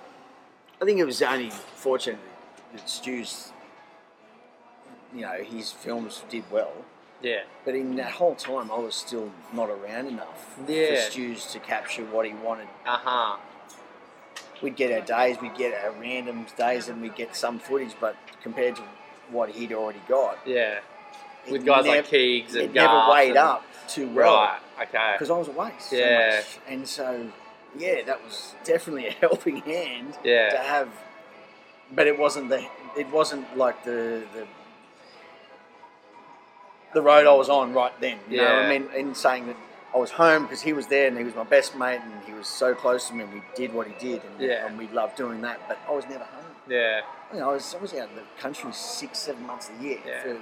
I think it was only fortunate that Stu's, you know, his films did well.
Yeah,
But in that whole time, I was still not around enough
Yeah.
for Stews to capture what he wanted.
uh-huh.
We'd get our days, we'd get our random days, and we'd get some footage, but compared to what he'd already got,
yeah.
it
With guys like
nev-
Keegs
it
and
never
Garth
weighed
and-
up too well
Right, okay.
because I was away so
Yeah.
much, and so yeah, that was definitely a helping hand to
Yeah,
have. But it wasn't the it wasn't like the the the road I was on right then. You know what I
Yeah.
mean? In saying that I was home because he was there and he was my best mate and he was so close to me and we did what he did and,
Yeah.
and we loved doing that. But I was never home.
yeah,
You know, I was I was out in the country six seven months a year
Yeah.
for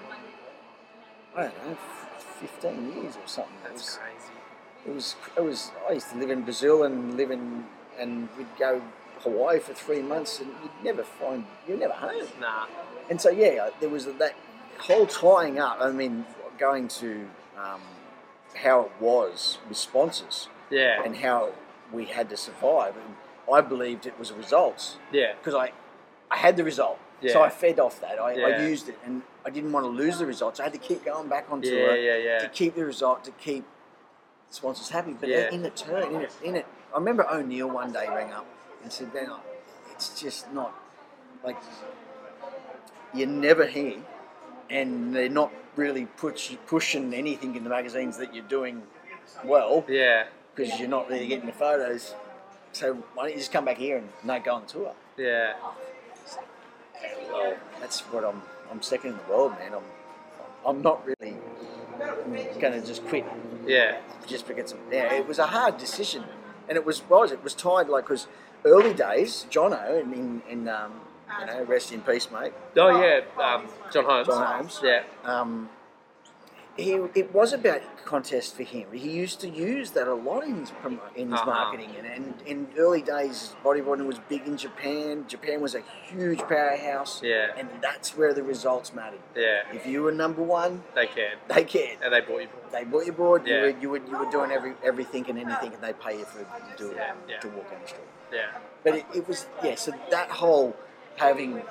I don't know. Fifteen years or something. It was-
that's crazy.
it was it was I used to live in Brazil and live in and we'd go Hawaii for three months and you'd never find you're never home.
Nah,
And so yeah, there was that whole tying up. I mean, going to um, how it was with sponsors
yeah,
and how we had to survive. And I believed it was results
yeah,
because I I had the result. So
Yeah.
I fed off that. I,
Yeah.
I used it, and I didn't want to lose the results. I had to keep going back onto it
yeah, yeah, yeah.
to keep the result, to keep sponsors happy. But
Yeah.
in the turn, in it, in it, I remember O'Neill one day rang up and said, "Man, I- it's just not like you're never here, and they're not really push, pushing anything in the magazines that you're doing well
Yeah,
because you're not really getting the photos. So why don't you just come back here and no go on tour?"
yeah,
Well, that's what I'm. I'm second in the world, man. I'm. I'm not really going to just quit
yeah,
just because of, yeah, it was a hard decision, and it was was it was tied like because early days, Jono and in, in um, you know rest in peace, mate.
Oh yeah, um, John Holmes.
John Holmes.
Yeah,
Um, he it was about contest for him. He used to use that a lot in his promo, in his
Uh-huh.
marketing, and, and in early days, bodyboarding was big in Japan. Japan was a huge powerhouse,
yeah,
and that's where the results mattered.
yeah.
If you were number one,
They can,
they cared.
and they bought you.
they bought your board.
Yeah.
You, were, you were you were doing every everything and anything, and they pay you for to do it
Yeah.
to walk down the street.
Yeah,
But it, it was yeah. So that whole having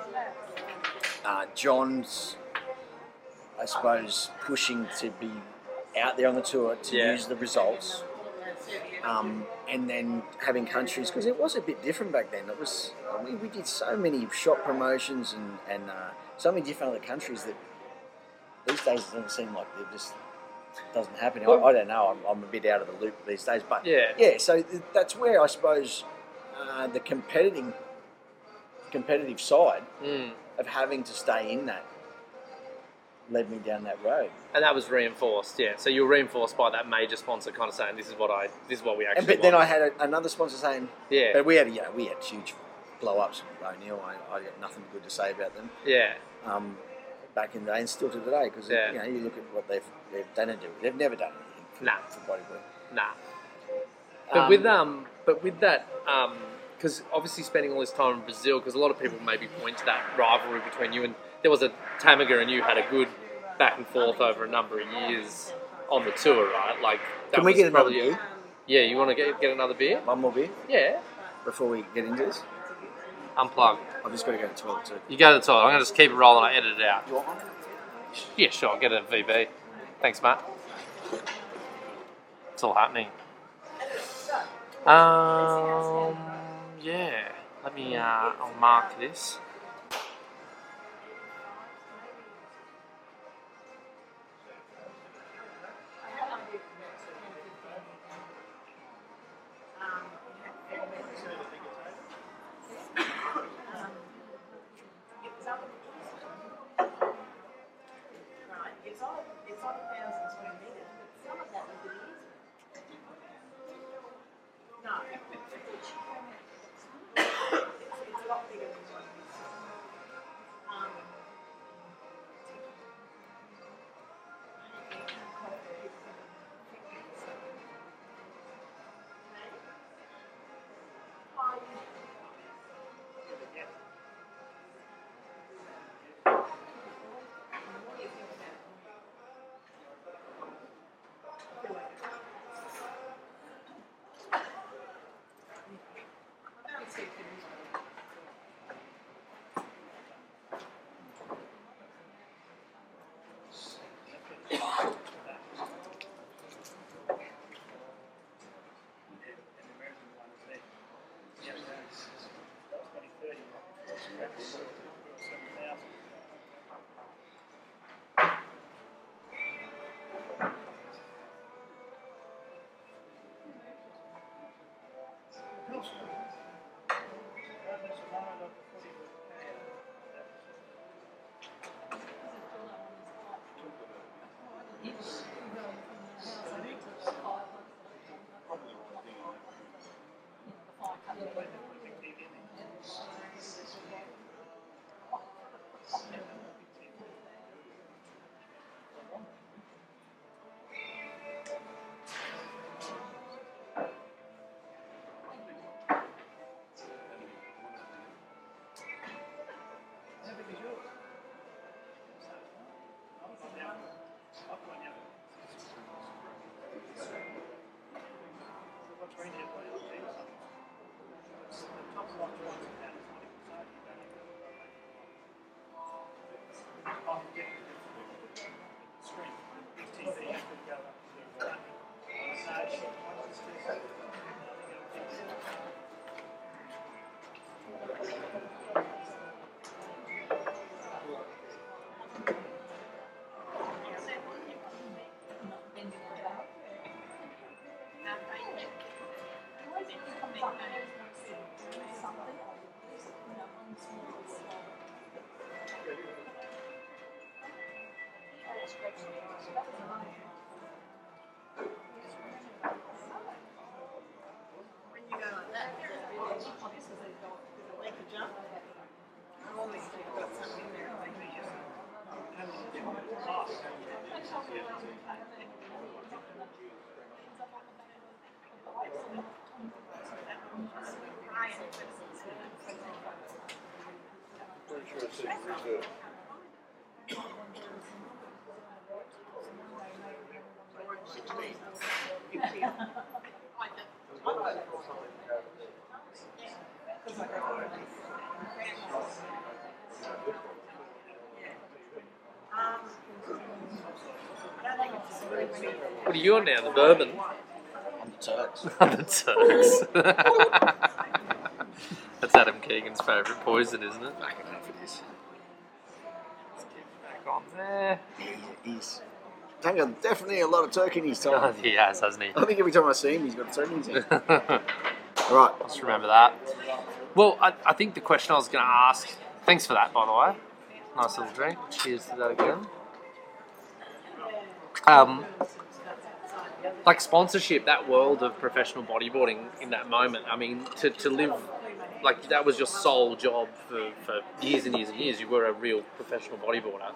uh, John's I suppose, pushing to be out there on the tour to
Yeah.
use the results. Um, and then having countries, because it was a bit different back then. It was, I mean, we did so many shop promotions and, and uh, so many different other countries that these days it doesn't seem like it just doesn't happen. I, I don't know. I'm, I'm a bit out of the loop these days, but
Yeah.
yeah, so th- that's where I suppose uh, the competing, competitive side
Mm.
of having to stay in that led me down that road.
And that was reinforced, yeah. So you were reinforced by that major sponsor kind of saying, "This is what I, this is what we
And
actually."
but then I
want."
had a, another sponsor saying,
yeah,
but we had you know we had huge blow ups with O'Neill. I, I got nothing good to say about them
yeah,
um, back in the day and still to today because
Yeah.
you know you look at what they've they've done and do they've never done anything for,
Nah.
for bodybuilding.
nah. But with um, but with that um, because obviously spending all this time in Brazil, because a lot of people maybe point to that rivalry between you and there was a Tamaga and you had a good back and forth over a number of years on the tour, right? Like, that
Can we
was
get another
probably-
beer?
Yeah, you want to get get another beer?
One more beer
Yeah,
before we get into this.
unplug.
I've just got to go to the toilet too.
You go to the toilet. I'm gonna just keep it rolling. I edit it out.
You want one?
Yeah, sure. I'll get a VB. Thanks, Matt. It's all happening. Um, yeah. Let me. Uh, I'll mark this. What are you on now? The bourbon?
I'm the Turks.
the Turks. That's Adam Keegan's favourite poison, isn't it?
Fucking hell for this.
Back on there.
Yeah, he's Tango, definitely a lot of turkey in his
Oh,
time.
he has, hasn't he?
I think every time I see him, he's got a turkey in his hand.
Just
right.
remember that. Well, I, I think the question I was going to ask. Thanks for that, by the way. Nice little drink. Cheers to that again. Um, like sponsorship, that world of professional bodyboarding in that moment. I mean, to, to live like that was your sole job for, for years and years and years. You were a real professional bodyboarder.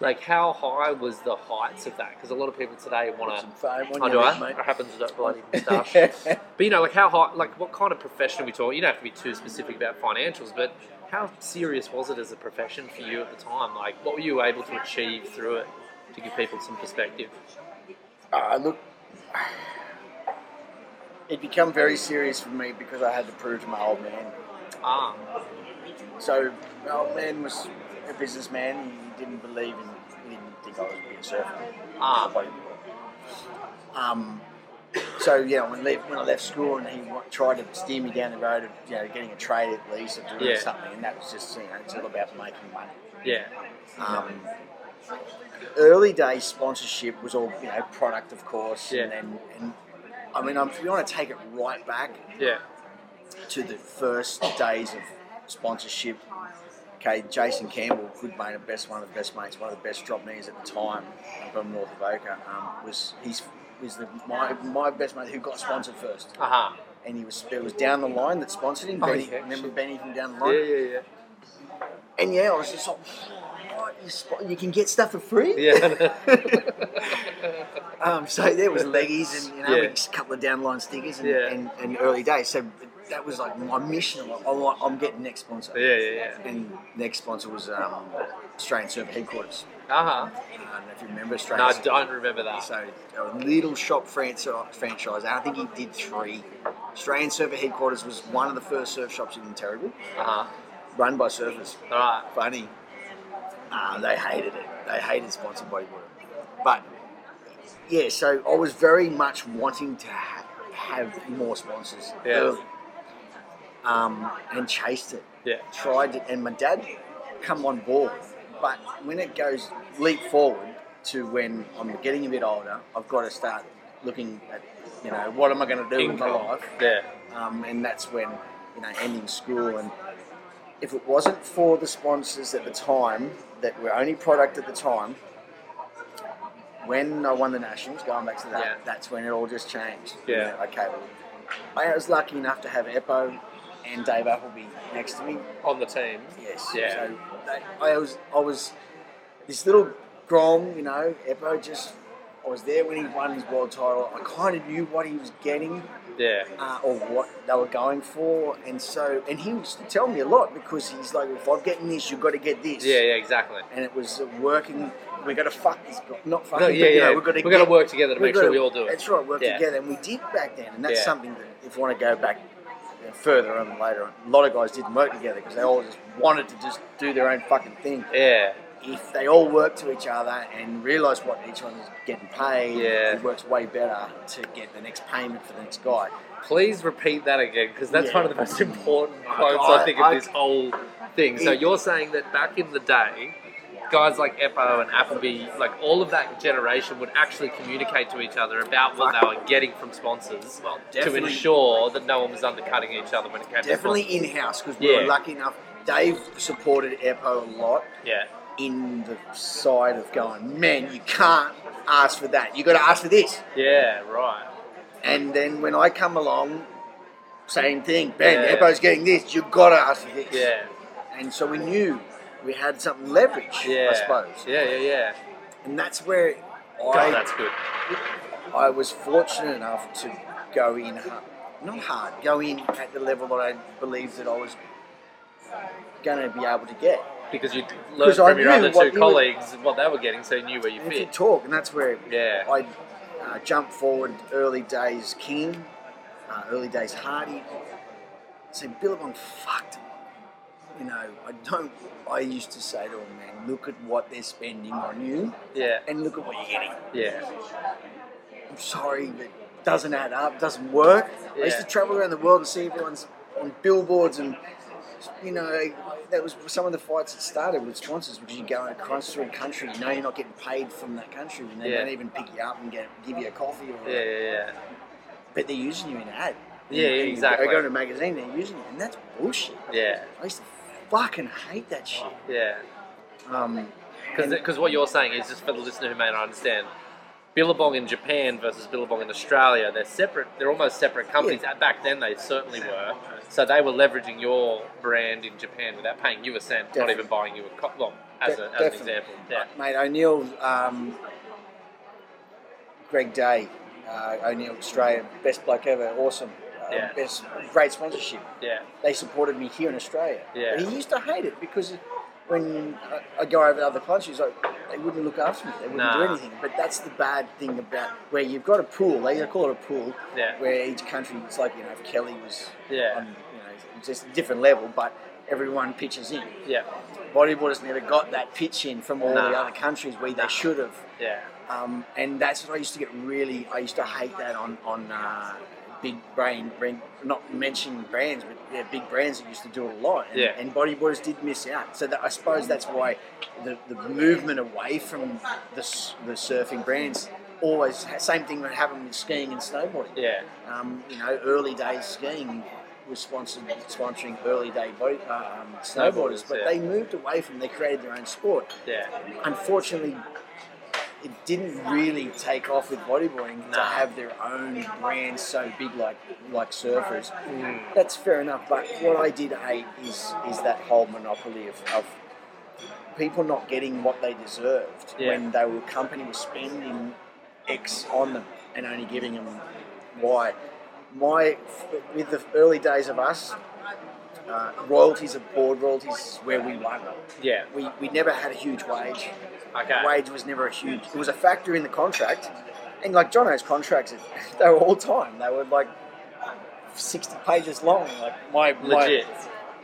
Like, how high was the heights of that? Because a lot of people today want to.
Some fame on
Oh,
you,
do I?
mate.
What happens to that bloody moustache? But you know, like how high, like what kind of profession are we talking? You don't have to be too specific about financials, but how serious was it as a profession for you at the time? Like, what were you able to achieve through it to give people some perspective?
Uh, look, it became very serious for me because I had to prove to my old man.
Ah,
Um, So my old man was a businessman. He didn't believe in, he didn't think I was a good surfer.
Ah.
Bodybuilder. Um, so yeah, when, I left, when I left school, and he wa- tried to steer me down the road of you know getting a trade at least or doing
Yeah.
something, and that was just you know it's all about making money.
yeah,
Um, early day sponsorship was all you know product, of course,
Yeah.
and then and I mean, I'm, if you want to take it right back
yeah,
to the first days of sponsorship. Okay, Jason Campbell, good mate, and best one of the best mates, one of the best drop knees at the time from North of Oka, um, was he's was the, my my best mate who got sponsored first,
uh-huh.
and he was it was down the line that sponsored him.
Oh,
Benny,
yeah,
remember
shit.
Benny from down
yeah,
the line?
yeah,
And yeah, I was just like, what? You, spo- you can get stuff for free.
yeah,
Um, so there was leggies and you know,
Yeah.
with a couple of downline stickers and,
Yeah.
and, and early days. So that was like my mission. I'm like, I want, I'm getting next sponsor.
yeah, yeah, yeah,
And next sponsor was um, Australian Surfer Headquarters. Uh,
uh-huh.
I don't know if you remember
No,
Australian.
I don't remember that.
So a little shop franchise. franchise. I think he did three. Australian Surfer Headquarters was one of the first surf shops in Terrible,
Uh-huh.
run by surfers
All right.
funny. Uh, they hated it. They hated sponsored bodybuilding. But yeah, so I was very much wanting to ha- have more sponsors
Yeah.
early, um, and chased it.
Yeah.
Tried it, and my dad come on board. But when it goes leap forward to when I'm getting a bit older, I've got to start looking at you know what am I going to do with my
Income.
life
Yeah.
um, and that's when you know ending school and if it wasn't for the sponsors at the time that were only product at the time when I won the nationals going back to that
Yeah.
that's when it all just changed
Yeah.
okay well, I was lucky enough to have Eppo and Dave Appleby next to me
On the team.
Yes.
Yeah.
So that, I was, I was this little grom, you know, Eppo just, I was there when he won his world title. I kind of knew what he was getting
Yeah.
uh, or what they were going for. And so, and he used to tell me a lot because he's like, if I'm getting this, you've got to get this.
Yeah, yeah, exactly.
And it was working, we got to fuck this guy. Not fucking,
No, yeah,
but, you
yeah.
know, we've got to
We've got to work together to make sure we all do it.
That's right, work
Yeah.
together. And we did back then. And that's
Yeah.
something that if you want to go back you know, further on and later on, a lot of guys didn't work together because they all just wanted to just do their own fucking thing.
Yeah.
If they all work to each other and realise what each one is getting paid,
Yeah.
it works way better to get the next payment for the next guy.
Please repeat that again because that's
Yeah.
one of the most important
I-
quotes I,
I-
think of
I-
this whole thing. So
It-
you're saying that back in the day, guys like Eppo and Appleby, like all of that generation, would actually communicate to each other about what they were getting from sponsors to
definitely.
ensure that no one was undercutting each other when it came to
Definitely in house because we were
Yeah.
lucky enough. Dave supported Eppo a lot
sponsors. Yeah,
in the side of going, man, you can't ask for that. You got to ask for this.
yeah, right.
And then when I come along, same thing. Ben,
Yeah.
Eppo's getting this. You got to ask for this.
Yeah,
And so we knew we had something leverage.
yeah.
I suppose.
Yeah, yeah, yeah.
And that's where
God,
I
that's good.
I was fortunate enough to go in hard, not hard, go in at the level that I believed that I was going to be able to get.
Because you learned
'Cause I
from your
knew
other
what
two
you were-
colleagues what they were getting, so you knew where you
And if you
fit.
talk, and that's where
Yeah,
I uh, jumped forward early days King, uh, early days Hardy. So Billabong fucked. you know, I don't. I used to say to them, man, look at what they're spending on you,
Yeah,
and look at what you're getting.
yeah,
I'm sorry, but it doesn't add up, doesn't work. I used to
Yeah.
travel around the world and see everyone's on billboards and you know, that was some of the fights that started with sponsors because you go across to a country, you know you're not getting paid from that country and they
Yeah.
don't even pick you up and get, give you a coffee or
yeah, yeah,
but they're using you in an ad.
Yeah,
And you
exactly.
Go to a magazine, they're using you and that's bullshit.
yeah,
I used to fucking hate that shit.
yeah.
Um, and-
Because what you're saying is just for the listener who may not understand. Billabong in Japan versus Billabong in Australia, they're separate. They're almost separate companies. Back then, they certainly were. So they were leveraging your brand in Japan without paying you a cent,
Def-
not even buying you a cop. Well, as,
De-
a, as an
definitely.
example, yeah,
Uh, Mate, O'Neill, um, Greg Day, uh, O'Neill Australia, best bloke ever, awesome. Uh,
Yeah.
Best, great sponsorship.
yeah,
They supported me here in Australia.
Yeah.
But he used to hate it because when I, I go over to other countries, like, they wouldn't look after me. They wouldn't do
Nah.
anything. But that's the bad thing about where you've got a pool. They call it a pool
yeah,
where each country, it's like, you know, if Kelly was
yeah,
on, you know, just a different level, but everyone pitches in
yeah,
bodybuilders never got that pitch in from all the
Nah.
other countries where they should have.
yeah,
Um, and that's what I used to get really. I used to hate that on on uh, big brain, brand, not mentioning brands, but yeah, big brands that used to do it a lot. And,
Yeah.
and bodybuilders did miss out. So that, I suppose that's why the, the movement away from the, s- the surfing brands always same thing that happened with skiing and snowboarding
yeah,
um, you know, early day skiing was sponsored, sponsoring early day boat, uh, um, snowboarders, but
yeah.
they moved away from. They created their own sport.
yeah.
Unfortunately, it didn't really take off with bodyboarding to
Nah.
have their own brand so big, like like surfers.
Mm.
That's fair enough. But what I did hate is is that whole monopoly of. of People not getting what they deserved
Yeah.
when they were company was spending X on them and only giving them Y. My with the early days of us, uh, royalties of board royalties is where we won.
Yeah.
We, we never had a huge wage.
Okay.
Wage was never a huge. It was a factor in the contract, and like Jono's contracts, they were all time. They were like sixty pages long. Like my my-
Legit.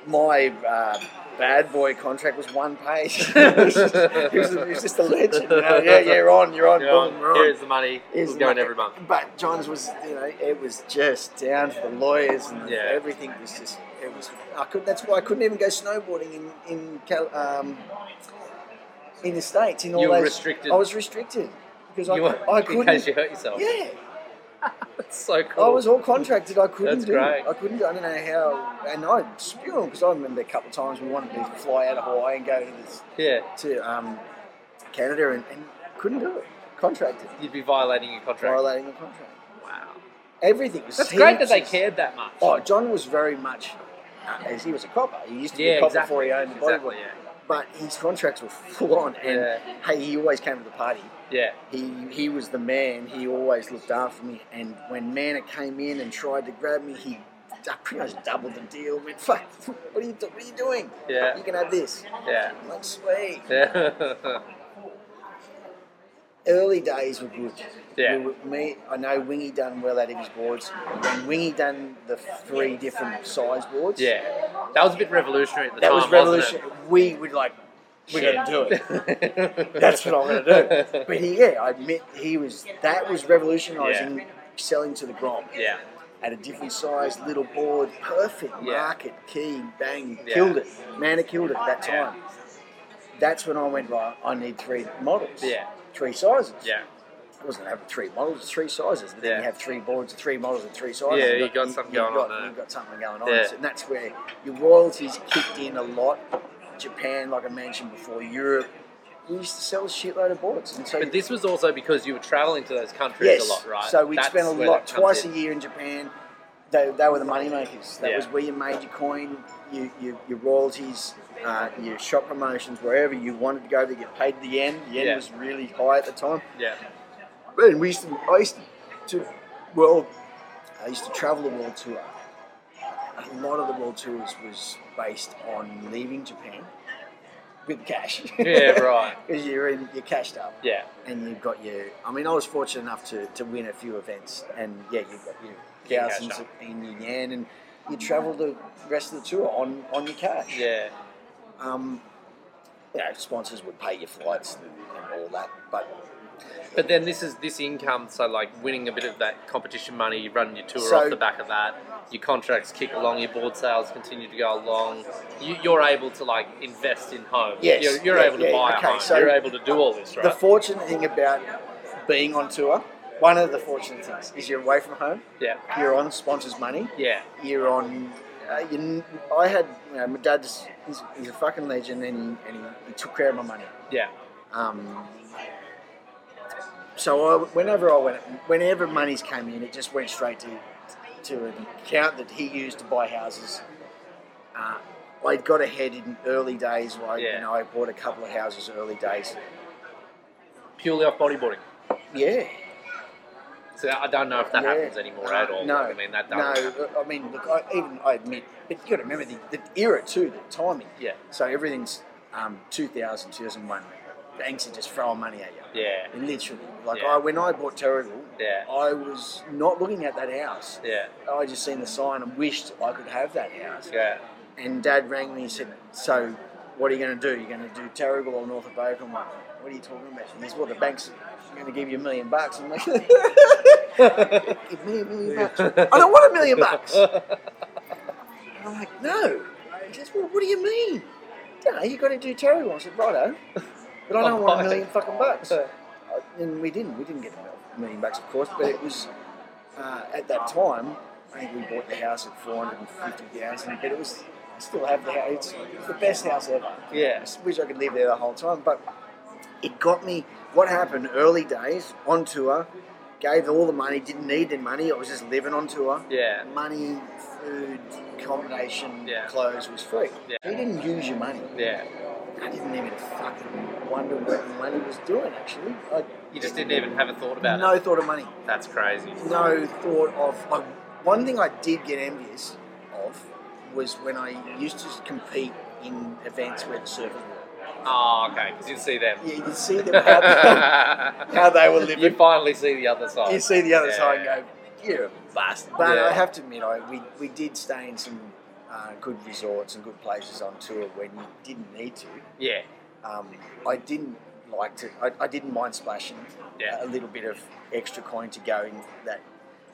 my uh, bad boy contract was one page. it, was just, it was- it was just a legend. You know? Yeah, yeah, you're on, you're on,
You're
boom,
on.
we're on.
Here's the money.
Here's
It's going
my-
every month.
But John's was, you know, it was just down for the lawyers and
Yeah.
everything was just, it was. I could. That's why I couldn't even go snowboarding in in Cal, um, in the states. In all
You were
those,
restricted.
I was restricted because I,
You
cou-
were,
I
in
couldn't.
case you hurt yourself.
yeah,
That's so cool.
I was all contracted. I couldn't
That's
do.
great.
I couldn't. do- I don't know how. And I spew because I remember a couple of times we wanted to fly out of Hawaii and go to this
Yeah.
to um, Canada and, and couldn't do it. Contracted,
You'd be violating your contract.
violating the contract.
Wow.
Everything was.
That's great that
heaps
they
of-
cared that much.
Oh, John was very much, uh, as he was a copper. He used to be
yeah,
a copper
exactly.
before he owned the
exactly,
bodyboard. But his contracts were full on, and
Yeah.
hey, he always came to the party.
yeah.
He he was the man. He always looked after me. And when Mana came in and tried to grab me, he d- pretty much doubled the deal. Went fuck. What are you do- What are you doing?
Yeah.
You can have this.
Yeah.
I'm like sweet.
Yeah. Yeah.
Early days were good.
Yeah.
We were- me, I know Wingy done well out of his boards. When Wingy done the three different size boards,
yeah. That was a bit revolutionary at the
That
time.
was revolutionary. We would like, we're going to do it. That's what I'm going to do. But he, yeah, I admit he was, that was revolutionising selling to the Grom
Yeah.
at a different size, little board, perfect
Yeah.
market, key, bang,
Yeah.
killed it. Man, it killed it that
Yeah.
time. That's when I went, right, I need three models,
Yeah.
three sizes.
Yeah.
I wasn't having three models, three sizes, but then
Yeah.
you have three boards, three models, and three sizes.
Yeah,
You've
you got something
you've
going
got,
on there.
You've got something going on,
Yeah.
So- and that's where your royalties kicked in a lot. Japan, like I mentioned before, Europe, we used to sell a shitload of boards, and so
But this was also because you were traveling to those countries
yes,
a lot, right?
so we'd
That's
spend a
where
lot
that comes
twice
in.
a year in Japan. They, they were the money makers. That
Yeah.
was where you made your coin, your, your, your royalties, uh, your shop promotions, wherever you wanted to go to get paid the yen. The yen
Yeah.
was really high at the time.
Yeah.
Man, we used to, I used to, well, I used to travel the world tour. A lot of the world tours was based on leaving Japan with cash.
Yeah, right.
Because you're in, you're cashed up,
Yeah.
and you've got your. I mean, I was fortunate enough to, to win a few events, and yeah, you've got
Get
your
cashed
thousands in your yen, and you travel the rest of the tour on on your cash.
Yeah.
um, you know, sponsors would pay your flights and, and all that, but
But then this is this income, so like winning a bit of that competition money, you run your tour
So-
off the back of that. Your contracts kick along, your board sales continue to go along. You, you're able to like invest in homes.
Yes,
you're, you're
yeah,
able to
yeah,
buy
okay,
a home.
so
you're able to do all this,
The
right?
fortunate thing about being on tour, one of the fortunate things is you're away from home.
yeah,
You're on sponsors' money.
yeah,
You're on. Uh, you, n- I had you know, my dad's. He's, he's a fucking legend, and he, and he, he took care of my money.
yeah,
Um, so I, whenever I went, whenever monies came in, it just went straight to to an account that he used to buy houses. Uh, I got ahead in early days. Like
Yeah.
you know, I bought a couple of houses early days.
purely off bodyboarding.
Yeah.
So I don't know if that
Yeah.
happens anymore at all.
No,
I mean that
no.
doesn't happen.
I mean, look, I, even I admit, but you got to remember the, the era too, the timing.
Yeah,
So everything's um, 2000, 2001. Banks are just throwing money at you.
yeah,
Literally, like
Yeah.
I, when I bought Terrigal,
yeah,
I was not looking at that house.
yeah,
I just seen the sign and wished I could have that house.
yeah.
And Dad rang me and said, "So, what are you going to do? You're going to do Terrigal or North of Oak?" I'm like, "What are you talking about?" He says, "Well, the banks are going to give you a million bucks." I'm like, "Give me a million bucks? I don't want a million bucks." And I'm like, "No." He says, "Well, what do you mean? No, you got to do Terrigal." I said, "Righto," but I don't want a million fucking bucks. Uh, And we didn't. We didn't get a mil- million bucks, of course, but it was uh, at that time. I think we bought the house at four hundred and fifty thousand, but it was I still have the house. It's, it's the best house ever. I
yeah,
just wish I could live there the whole time, but it got me. What happened early days on tour? Gave all the money. Didn't need the money. I was just living on tour.
yeah,
Money, food, accommodation,
Yeah.
clothes was free.
Yeah.
You didn't use your money.
yeah.
I didn't even fucking wonder what the money was doing. Actually, I
You just didn't even have a thought about
no
it.
thought of money.
That's crazy.
No thought of. Like, one thing I did get envious of was when I used to compete in events where the surfers were.
Oh, okay, because you see them.
Yeah, you could see them how, how they were
you
living.
finally see the other side.
You see the other
Yeah.
side and go, "You're a bastard." But
Yeah.
I have to admit, I we, we did stay in some uh, good resorts and good places on tour when you didn't need to.
Yeah,
Um, I didn't like to. I, I didn't mind splashing
Yeah.
a little bit of extra coin to go in that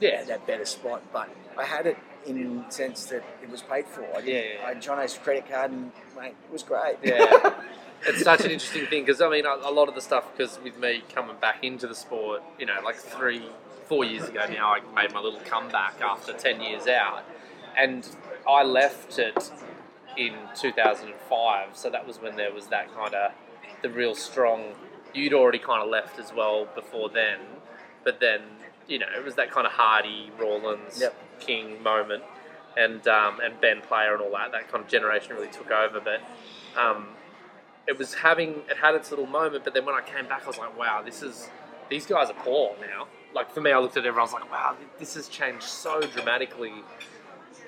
yeah,
at that better spot. But I had it in the sense that it was paid for. I did,
Yeah, yeah, yeah.
I had John O's credit card, and mate, it was great.
yeah. it's such an interesting thing because I mean, a, a lot of the stuff because with me coming back into the sport, you know, like three, four years ago now, I made my little comeback after ten years out, and I left it in 2005. So that was when there was that kind of the real strong. You'd already kind of left as well before then, but then you know it was that kind of Hardy, Rawlins,
Yep.
King moment, and um, and Ben Player and all that. That kind of generation really took over, but. Um, it was having it had its little moment, but then when I came back, I was like, wow, this is these guys are poor now. Like for me, I looked at everyone, I was like, wow, this has changed so dramatically,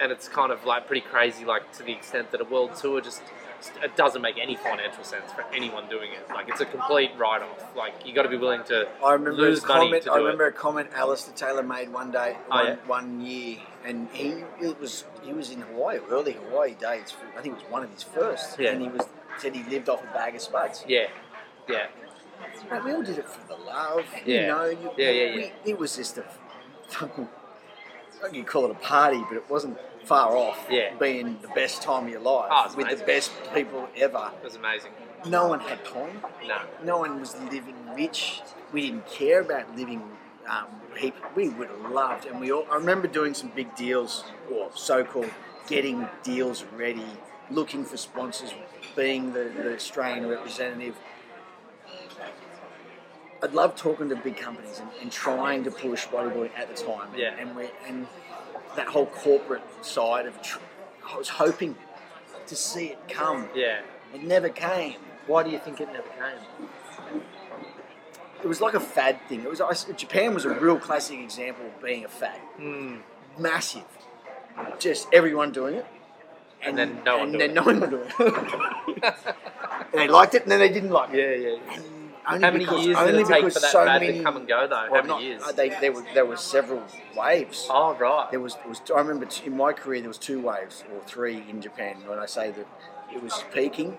and it's kind of like pretty crazy, like to the extent that a world tour just it doesn't make any financial sense for anyone doing it. Like it's a complete write-off. Like you got to be willing to
I remember
Lose
a
money
comment.
to
I
do it.
remember a comment Alistair Taylor made one day,
Oh,
one-
yeah.
one year, and he it was he was in Hawaii, early Hawaii days. I think it was one of his first,
Yeah.
and he was said he lived off a bag of spuds.
yeah, yeah,
Mate, we all did it for the love,
Yeah.
you know. You,
Yeah, yeah,
we- it was just a fucking. You call it a party, but it wasn't far off.
Yeah.
being the best time of your life
Oh, it's
with the
amazing.
best people ever.
it was amazing.
No one had coin.
No,
No one was living rich. We didn't care about living um, heap. We would have loved, and we all. I remember doing some big deals, or so-called getting deals ready, looking for sponsors, being the, the Australian representative. I'd love talking to big companies and, and trying to push bodybuilding at the time, and,
Yeah.
and we and that whole corporate side of. Tr- I was hoping to see it come.
yeah,
It never came. Why do you think it never came? It was like a fad thing. It was I, Japan was a real classic example of being a fad.
mm.
Massive, just everyone doing it,
And then no one doing
and then
it.
no one doing it. And they liked it, and then they didn't like it.
yeah, yeah.
And only
How many
because-
years did
only
it take
because
for that
so
fad
many,
to come and go though?
well,
How many
not-
years?
uh, They, there were there were several waves.
oh right.
There was, there was I remember t- in my career there was two waves or three in Japan. When I say that it was peaking,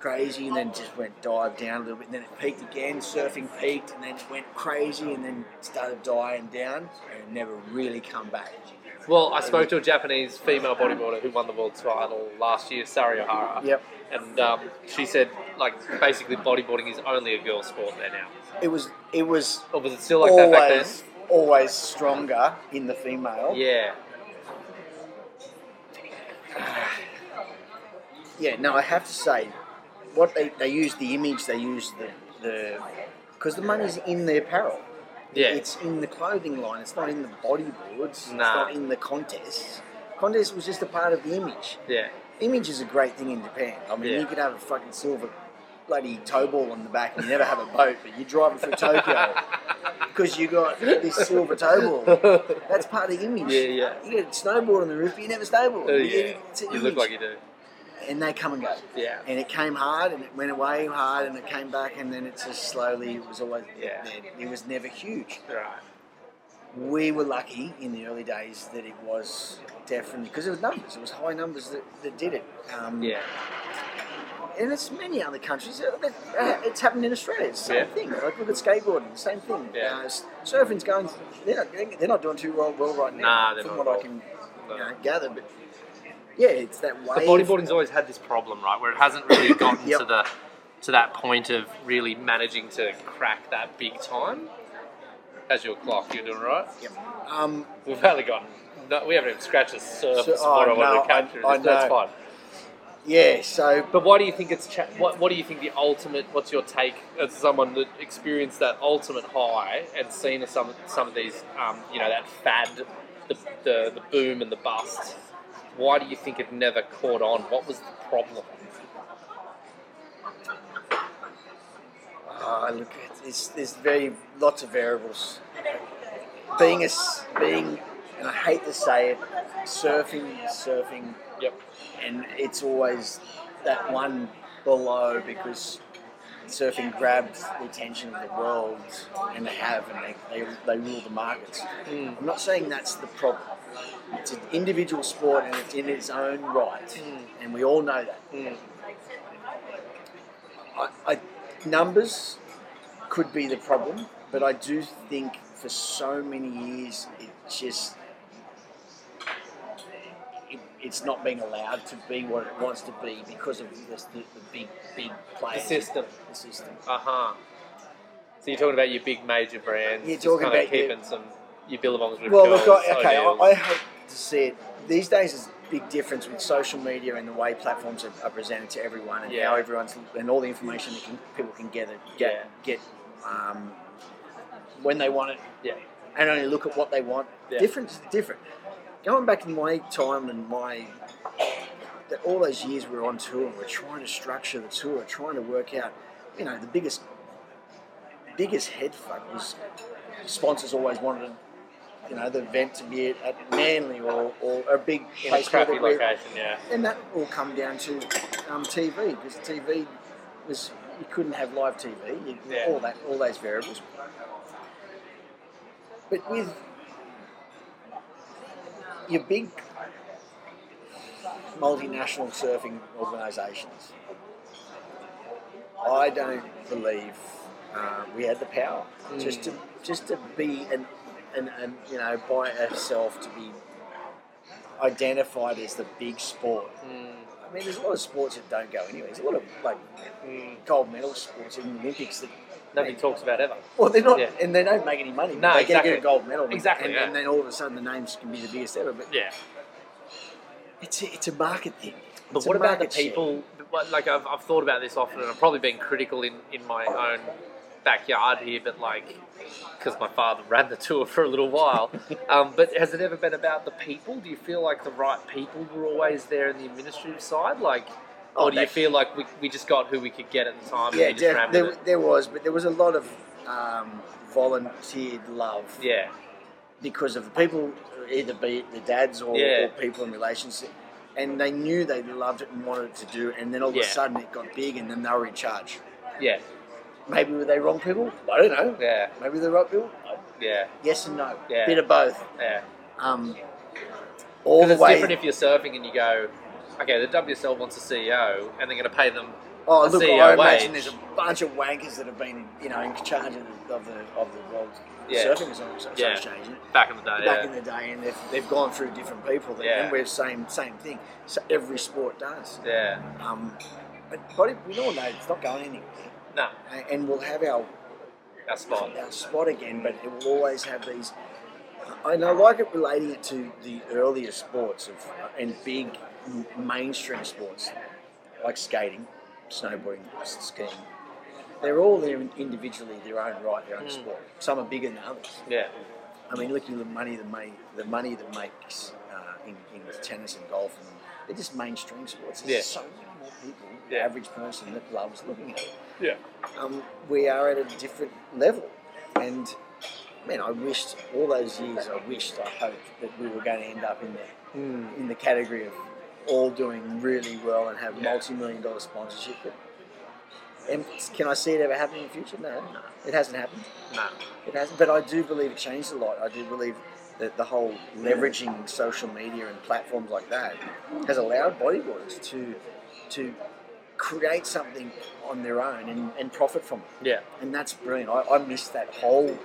crazy, and then just went dive down a little bit, and then it peaked again. Surfing peaked, and then it went crazy, and then started dying down, and it never really come back.
Well, I spoke to a Japanese female bodyboarder who won the world title last year, Sari Ohara.
Yep.
And um, she said, like, basically bodyboarding is only a girl sport there now.
It was it was
Or was it still like that back
always
then?
always stronger in the female.
Yeah.
Yeah, no, I have to say, what they, they use the image, they use the the because the money's in the apparel.
Yeah.
It's in the clothing line. It's not in the bodyboards. It's
Nah.
not in the contests. Contest was just a part of the image.
yeah.
Image is a great thing in Japan. I mean,
Yeah.
you could have a fucking silver bloody tow ball on the back and you never have a boat, but you're driving through Tokyo because you got this silver tow ball. That's part of the image.
Yeah, yeah.
You get a snowboard on the roof, but you never snowboard.
Oh,
You-
yeah.
it's an
You look
image.
like you do.
And they come and go
Yeah.
and it came hard and it went away hard and it came back and then it just slowly it was always
Yeah.
it, it was never huge
Right.
we were lucky in the early days that it was definitely because it was numbers it was high numbers that, that did it um,
Yeah.
and it's many other countries uh, that- uh, it's happened in australia it's the same
Yeah.
thing like look at skateboarding same thing
Yeah.
Uh, s- surfing's going they're not, they're not doing too well, well right now
Nah, they're
from
not
what i
well.
can
No.
you know, gather but yeah it's that way
The bodyboarding's always had this problem, right, where it hasn't really gotten
Yep.
to the to that point of really managing to crack that big time. As your clock, you're doing all right.
um,
We've only got no, we haven't even scratched the surface
oh,
of what I wanted
no,
to capture.
I- I
That's
know.
fine.
yeah so
But why do you think it's cha- what? What do you think the ultimate? What's your take as someone that experienced that ultimate high and seen some some of these, um, you know, that fad, the, the the boom and the bust? Why do you think it never caught on? What was the problem?
Ah, look, it's, there's very lots of variables. Being a s- being, and I hate to say it, surfing, is surfing,
Yep.
and it's always that one below because surfing grabs the attention of the world, and they have, and they, they, they rule the markets.
Mm.
I'm not saying that's the problem. It's an individual sport, and it's in its own right, and we all know that.
Mm.
I, I, numbers could be the problem, but I do think for so many years it just it, it's not being allowed to be what it wants to be because of this, the, the big big
The
players.
system.
The system.
Uh huh. So you're talking about your big major brands.
Uh-huh. You're
just
talking
kinda
about your-
keeping some your Billabongs with
Well,
girls,
look, I, okay, I,
O'Neills.
I hate to see it. These days, there's a big difference with social media and the way platforms are, are presented to everyone, and
Yeah.
how everyone's and all the information that can, people can get it, get get um, when they want it,
Yeah.
and only look at what they want.
Yeah.
Different, different. Going back in my time and my that all those years we were on tour and we're trying to structure the tour, trying to work out, you know, the biggest biggest head fuck was sponsors always wanted you know, the event to be at, at Manly or, or a big
in a
place where
crappy
we-
location. Yeah.
and that all come down to um, TV because TV was you couldn't have live TV, you,
Yeah.
all that, all those variables. But with your big multinational surfing organisations, I don't believe uh, we had the power just to just to be an, an, an you know by ourselves to be identified as the big sport.
Mm,
I mean, there's a lot of sports that don't go anywhere. There's a lot of like
mm.
gold medal sports in the Olympics that,
Nobody talks about ever.
well, they're not,
Yeah.
and they don't make any money.
No,
they
exactly.
get a gold medal,
Exactly,
and,
yeah.
and then all of a sudden the names can be the biggest ever. But
Yeah.
it's a, it's a market thing.
But
It's a
what about the
market share.
people? what- Like I've, I've thought about this often, and I've probably been critical in, in my own backyard here. But like, because my father ran the tour for a little while. um, but has it ever been about the people? Do you feel like the right people were always there in the administrative side? Like, or
Oh,
do you
they-
feel like we, we just got who we could get at the time?
Yeah,
and we just
def-
ran
there,
with it?
there was, but there was a lot of um, volunteered love
yeah,
because of the people, either be it the dads or,
Yeah.
or people in relationships. And they knew they loved it and wanted to do, it, and then all
Yeah.
of a sudden it got big, and then they were in charge.
yeah,
Maybe were they wrong people? I don't know.
yeah,
Maybe they're right people.
yeah,
Yes and no.
Yeah.
Bit of both.
yeah.
Um, all
Because
the
it's
way.
different if you're surfing and you go, okay, the WSL wants a CEO, and E they're going to pay them
Oh,
I
look,
see
I
our
imagine
wage.
there's a bunch of wankers that have been, you know, in charge of the of the, of the World
Yeah.
Surfing Association.
Yeah. Back in the day,
back
yeah.
in the day, and they've, they've gone through different people. Then,
Yeah.
and we're same same thing. So every sport does.
yeah.
Um, but body, we all know it's not going anywhere,
No,
and, and we'll have our
that's fine.
our spot again. But it will always have these. And I like it relating it to the earlier sports of and big m- mainstream sports like skating, snowboarding, skiing. They're all there individually, their own right, their own
Mm.
sport. Some are bigger than others.
Yeah,
I mean, look at the money that make the money that makes uh, in, in tennis and golf, and they're just mainstream sports. There's
Yeah.
so many more people, the
Yeah.
average person that loves looking at it.
Yeah.
um, we are at a different level, and man, I wished all those years. I wished, I hoped that we were going to end up in the
Hmm.
in the category of all doing really well and have
Yeah.
multi-million dollar sponsorship. But, and can I see it ever happening in the future? No, no, it hasn't happened.
no,
It hasn't, but I do believe it changed a lot. I do believe that the whole leveraging social media and platforms like that has allowed bodybuilders to to create something on their own and, and profit from it.
yeah.
And that's brilliant. I, I missed that whole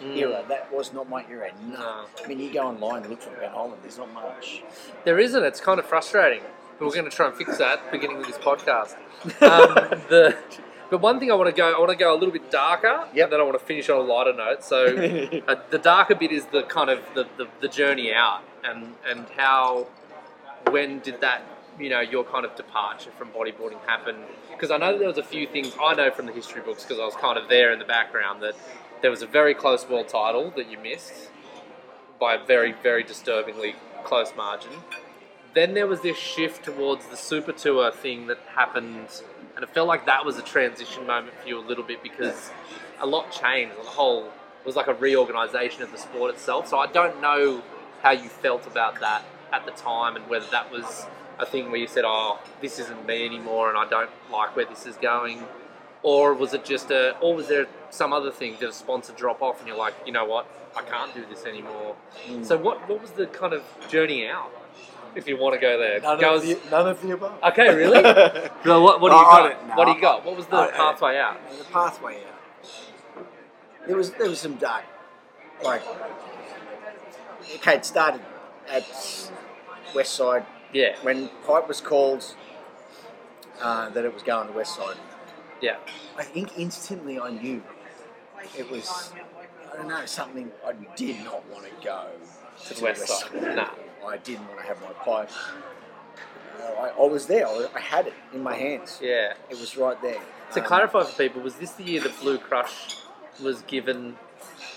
Mm.
era. That was not my era. No.
No.
I mean, you go online and look for Ben Holland, there's not much.
There isn't. It's kind of frustrating. But we're going to try and fix that beginning with this podcast. Um, the, but one thing I want to go, I want to go a little bit darker.
Yep.
And then I want to finish on a lighter note. So uh, the darker bit is the kind of the, the, the journey out and and how when did that you know your kind of departure from bodyboarding happen because i know there was a few things i know from the history books because i was kind of there in the background that there was a very close world title that you missed by a very very disturbingly close margin then there was this shift towards the super tour thing that happened and it felt like that was a transition moment for you a little bit because a lot changed the whole it was like a reorganization of the sport itself so i don't know how you felt about that at the time and whether that was a thing where you said oh this isn't me anymore and i don't like where this is going or was it just a or was there some other thing did a sponsor drop off and you're like you know what i can't do this anymore
Hmm.
so what what was the kind of journey out if you want to go there Go as-
none of the above.
Okay, really? Well, what, what do you
I- I
got?
don't know.
What do you got? What was the
I- I-
pathway out?
And the pathway out. There was there was some dark, like okay, it started at West Side
Yeah,
when Pipe was called uh, that it was going to West Side.
yeah,
I think instantly I knew it was I don't know something I did not want to go
to the west side. Nah.
I didn't want to have my pipe. Uh, I, I was there. I, was- I had it in my hands.
Yeah.
It was right there.
To
Um,
clarify for people, was this the year that Blue Crush was given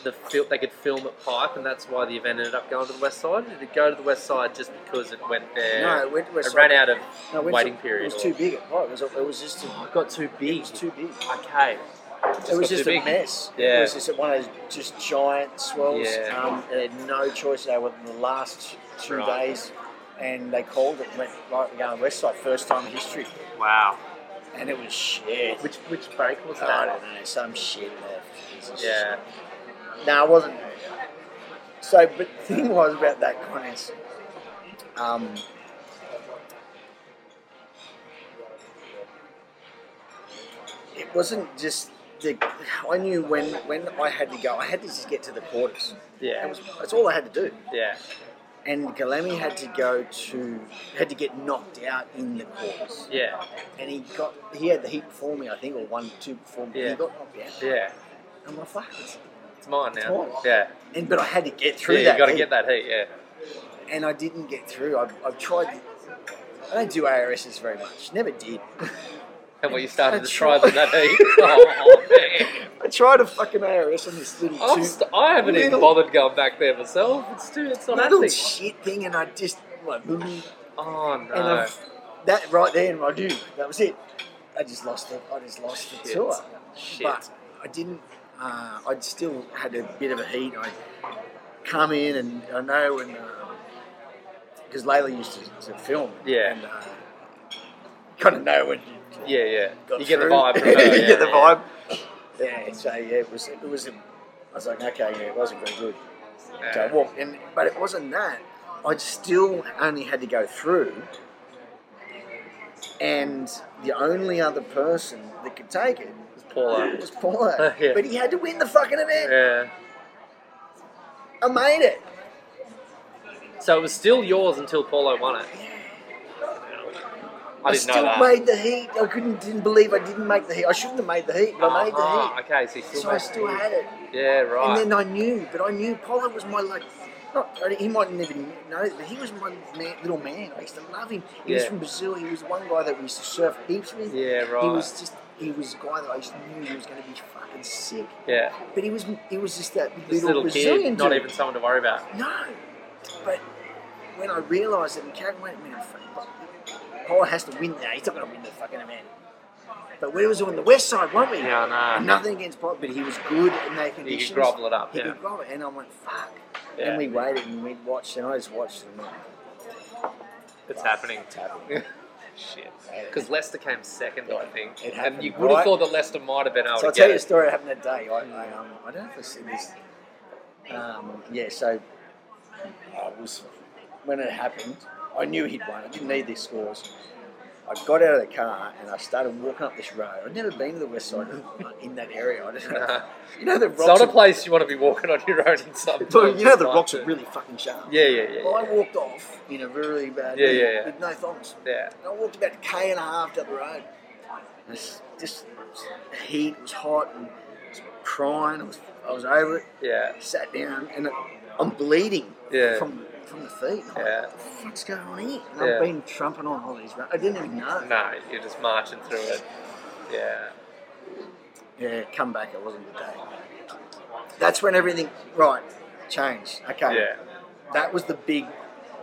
the fil- they could film at Pipe, and that's why the event ended up going to the west side? Did it go to the west side just because it went there?
No, it went
it
West Side.
ran out of
No, it went
waiting
to-
period.
It was
or-
too big. At Pipe. It was, it was just. A,
Oh, it got too
It
big.
was too big.
okay.
it was
got
just
too
a
big.
mess.
Yeah.
It was just one of those just giant swells.
Yeah.
Um, they had no choice. They were the last two
Right.
days, and they called it. Went right to going west side. First time in history,
Wow. Oh,
and it was shit.
Which which break was
I
that?
don't know. Some shit left. It was just-
Yeah.
No, it wasn't. So, but the thing was about that contest, um, it wasn't just the. I knew when when I had to go, I had to just get to the quarters. That
Yeah.
was, that's all I had to do.
Yeah.
And Galami had to go to had to get knocked out in the quarters,
Yeah.
and he got he had the heat before me, I think, or one two before me.
Yeah.
He got knocked out.
Yeah.
I'm like, fuck. it's-
It's mine now.
It's mine.
Yeah.
And but I had to get through
yeah,
that.
you got to
heat.
get that heat. Yeah.
and I didn't get through. I've, I've tried. I don't do ARSs very much. Never did.
And what you started to
That's
try
right.
them that heat. Oh, man.
I tried a fucking ARS on this little
I'm
two,
Oh, st- I haven't even
Little-
bothered going back there myself. It's too. It's not
little
happening.
shit thing, and I just like, and
Oh no.
I've, that right there, and I do. That was it. I just lost it. I just lost the
Shit.
tour.
Shit.
But I didn't. Uh, I still had a bit of a heat. I come in, and I know, and because Layla used to, to film,
Yeah.
and uh, kind of know when. You,
yeah, yeah.
got
You get the
through.
vibe. From her,
you
yeah,
get the
yeah.
vibe. Yeah, so yeah, it was it was. A, I was like, okay, yeah, it wasn't very good.
Yeah.
So I walked in, but it wasn't that. I still only had to go through, and the only other person that could take it
It's Paulo.
was Paulo.
Yeah.
But he had to win the fucking event.
Yeah.
I made it.
So it was still yours until Paulo won it. I, didn't
still
know that.
made the heat. I couldn't didn't believe I didn't make the heat. I shouldn't have made the heat, but I made
Ah,
the
Okay, so you
heat.
still
So
made
I
the
still
heat.
had it.
Yeah, right.
And then I knew, but I knew Polo was my like. Not, he might never know this, but he was my man, little man. I used to love him. He was
Yeah.
from Brazil. He was one guy that we used to surf heaps with.
yeah, right.
He was just. He was a guy that I just knew he was going to be fucking sick.
yeah,
But he was. He was just that
this
little,
little
Brazilian
kid, not
dude.
even someone to worry about.
No, but when I realised that he can't win, man, fuck, Paul has to win now. He's not going to win the fucking event. But we was on the west side, weren't we?
Yeah, I
And
know.
Nothing against Paul, but he was good in their
You
conditions.
could grovel it up.
He
Yeah.
could grab it, and I went fuck.
yeah.
And we waited and we watched, and I just watched and went,
it's happening.
It's happening.
Shit. Because Leicester came second, I think.
It
and
happened,
you would have
right?
thought that Leicester might have been able
So I'll
to get
tell you a
it.
story that happened that day. I, I, um, I don't know if I said this. Um, yeah, so I was when it happened, I knew he'd won. I didn't need these scores. I got out of the car and I started walking up this road. I'd never been to the west side in that area. I just, you know the
It's not
rocks.
a
Are,
place you want to be walking on your own in some.
you know the rocks are really fucking sharp.
Yeah, yeah, yeah.
Well, I walked off in a really bad
Yeah,
mood
yeah, yeah.
with no thumbs.
Yeah.
And I walked about a K and a half down the road. It was just the heat was hot and I was crying. I was, I was over it.
Yeah.
Sat down and I- I'm bleeding
Yeah.
from from the feet. And I'm
Yeah.
Like, what the fuck's going on here? And
Yeah.
I've been trumping on all these. ru- I didn't even know.
No, you're just marching through it. Yeah.
Yeah, come back. It wasn't the day. That's when everything right changed. Okay.
Yeah.
That was the big.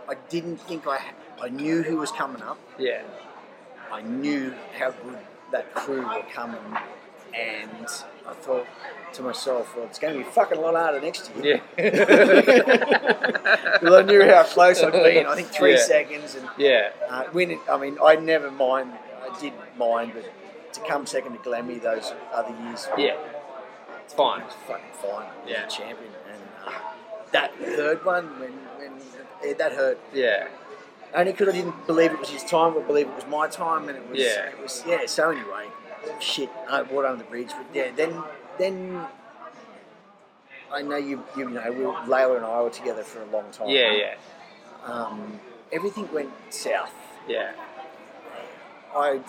I didn't think I. I knew who was coming up.
Yeah.
I knew how good that crew were coming, and I thought to myself, well, it's going to be a fucking lot harder next year.
Yeah.
Because I knew how close I'd been. I think three
Yeah.
seconds, and
yeah.
uh, when it, I mean, I never mind. I did mind, but to come second to Glammy those other years,
Yeah. It's fine.
it was fucking fine. I was
Yeah.
a champion, and uh, that third one when when eh, that hurt
Yeah.
only because I didn't believe it was his time, or believe it was my time, and it was
Yeah.
it was yeah. So anyway, shit, I water under the bridge, but yeah, then then I know you you know we were, Layla and I were together for a long time.
Yeah. Yeah.
Um, everything went south.
Yeah.
I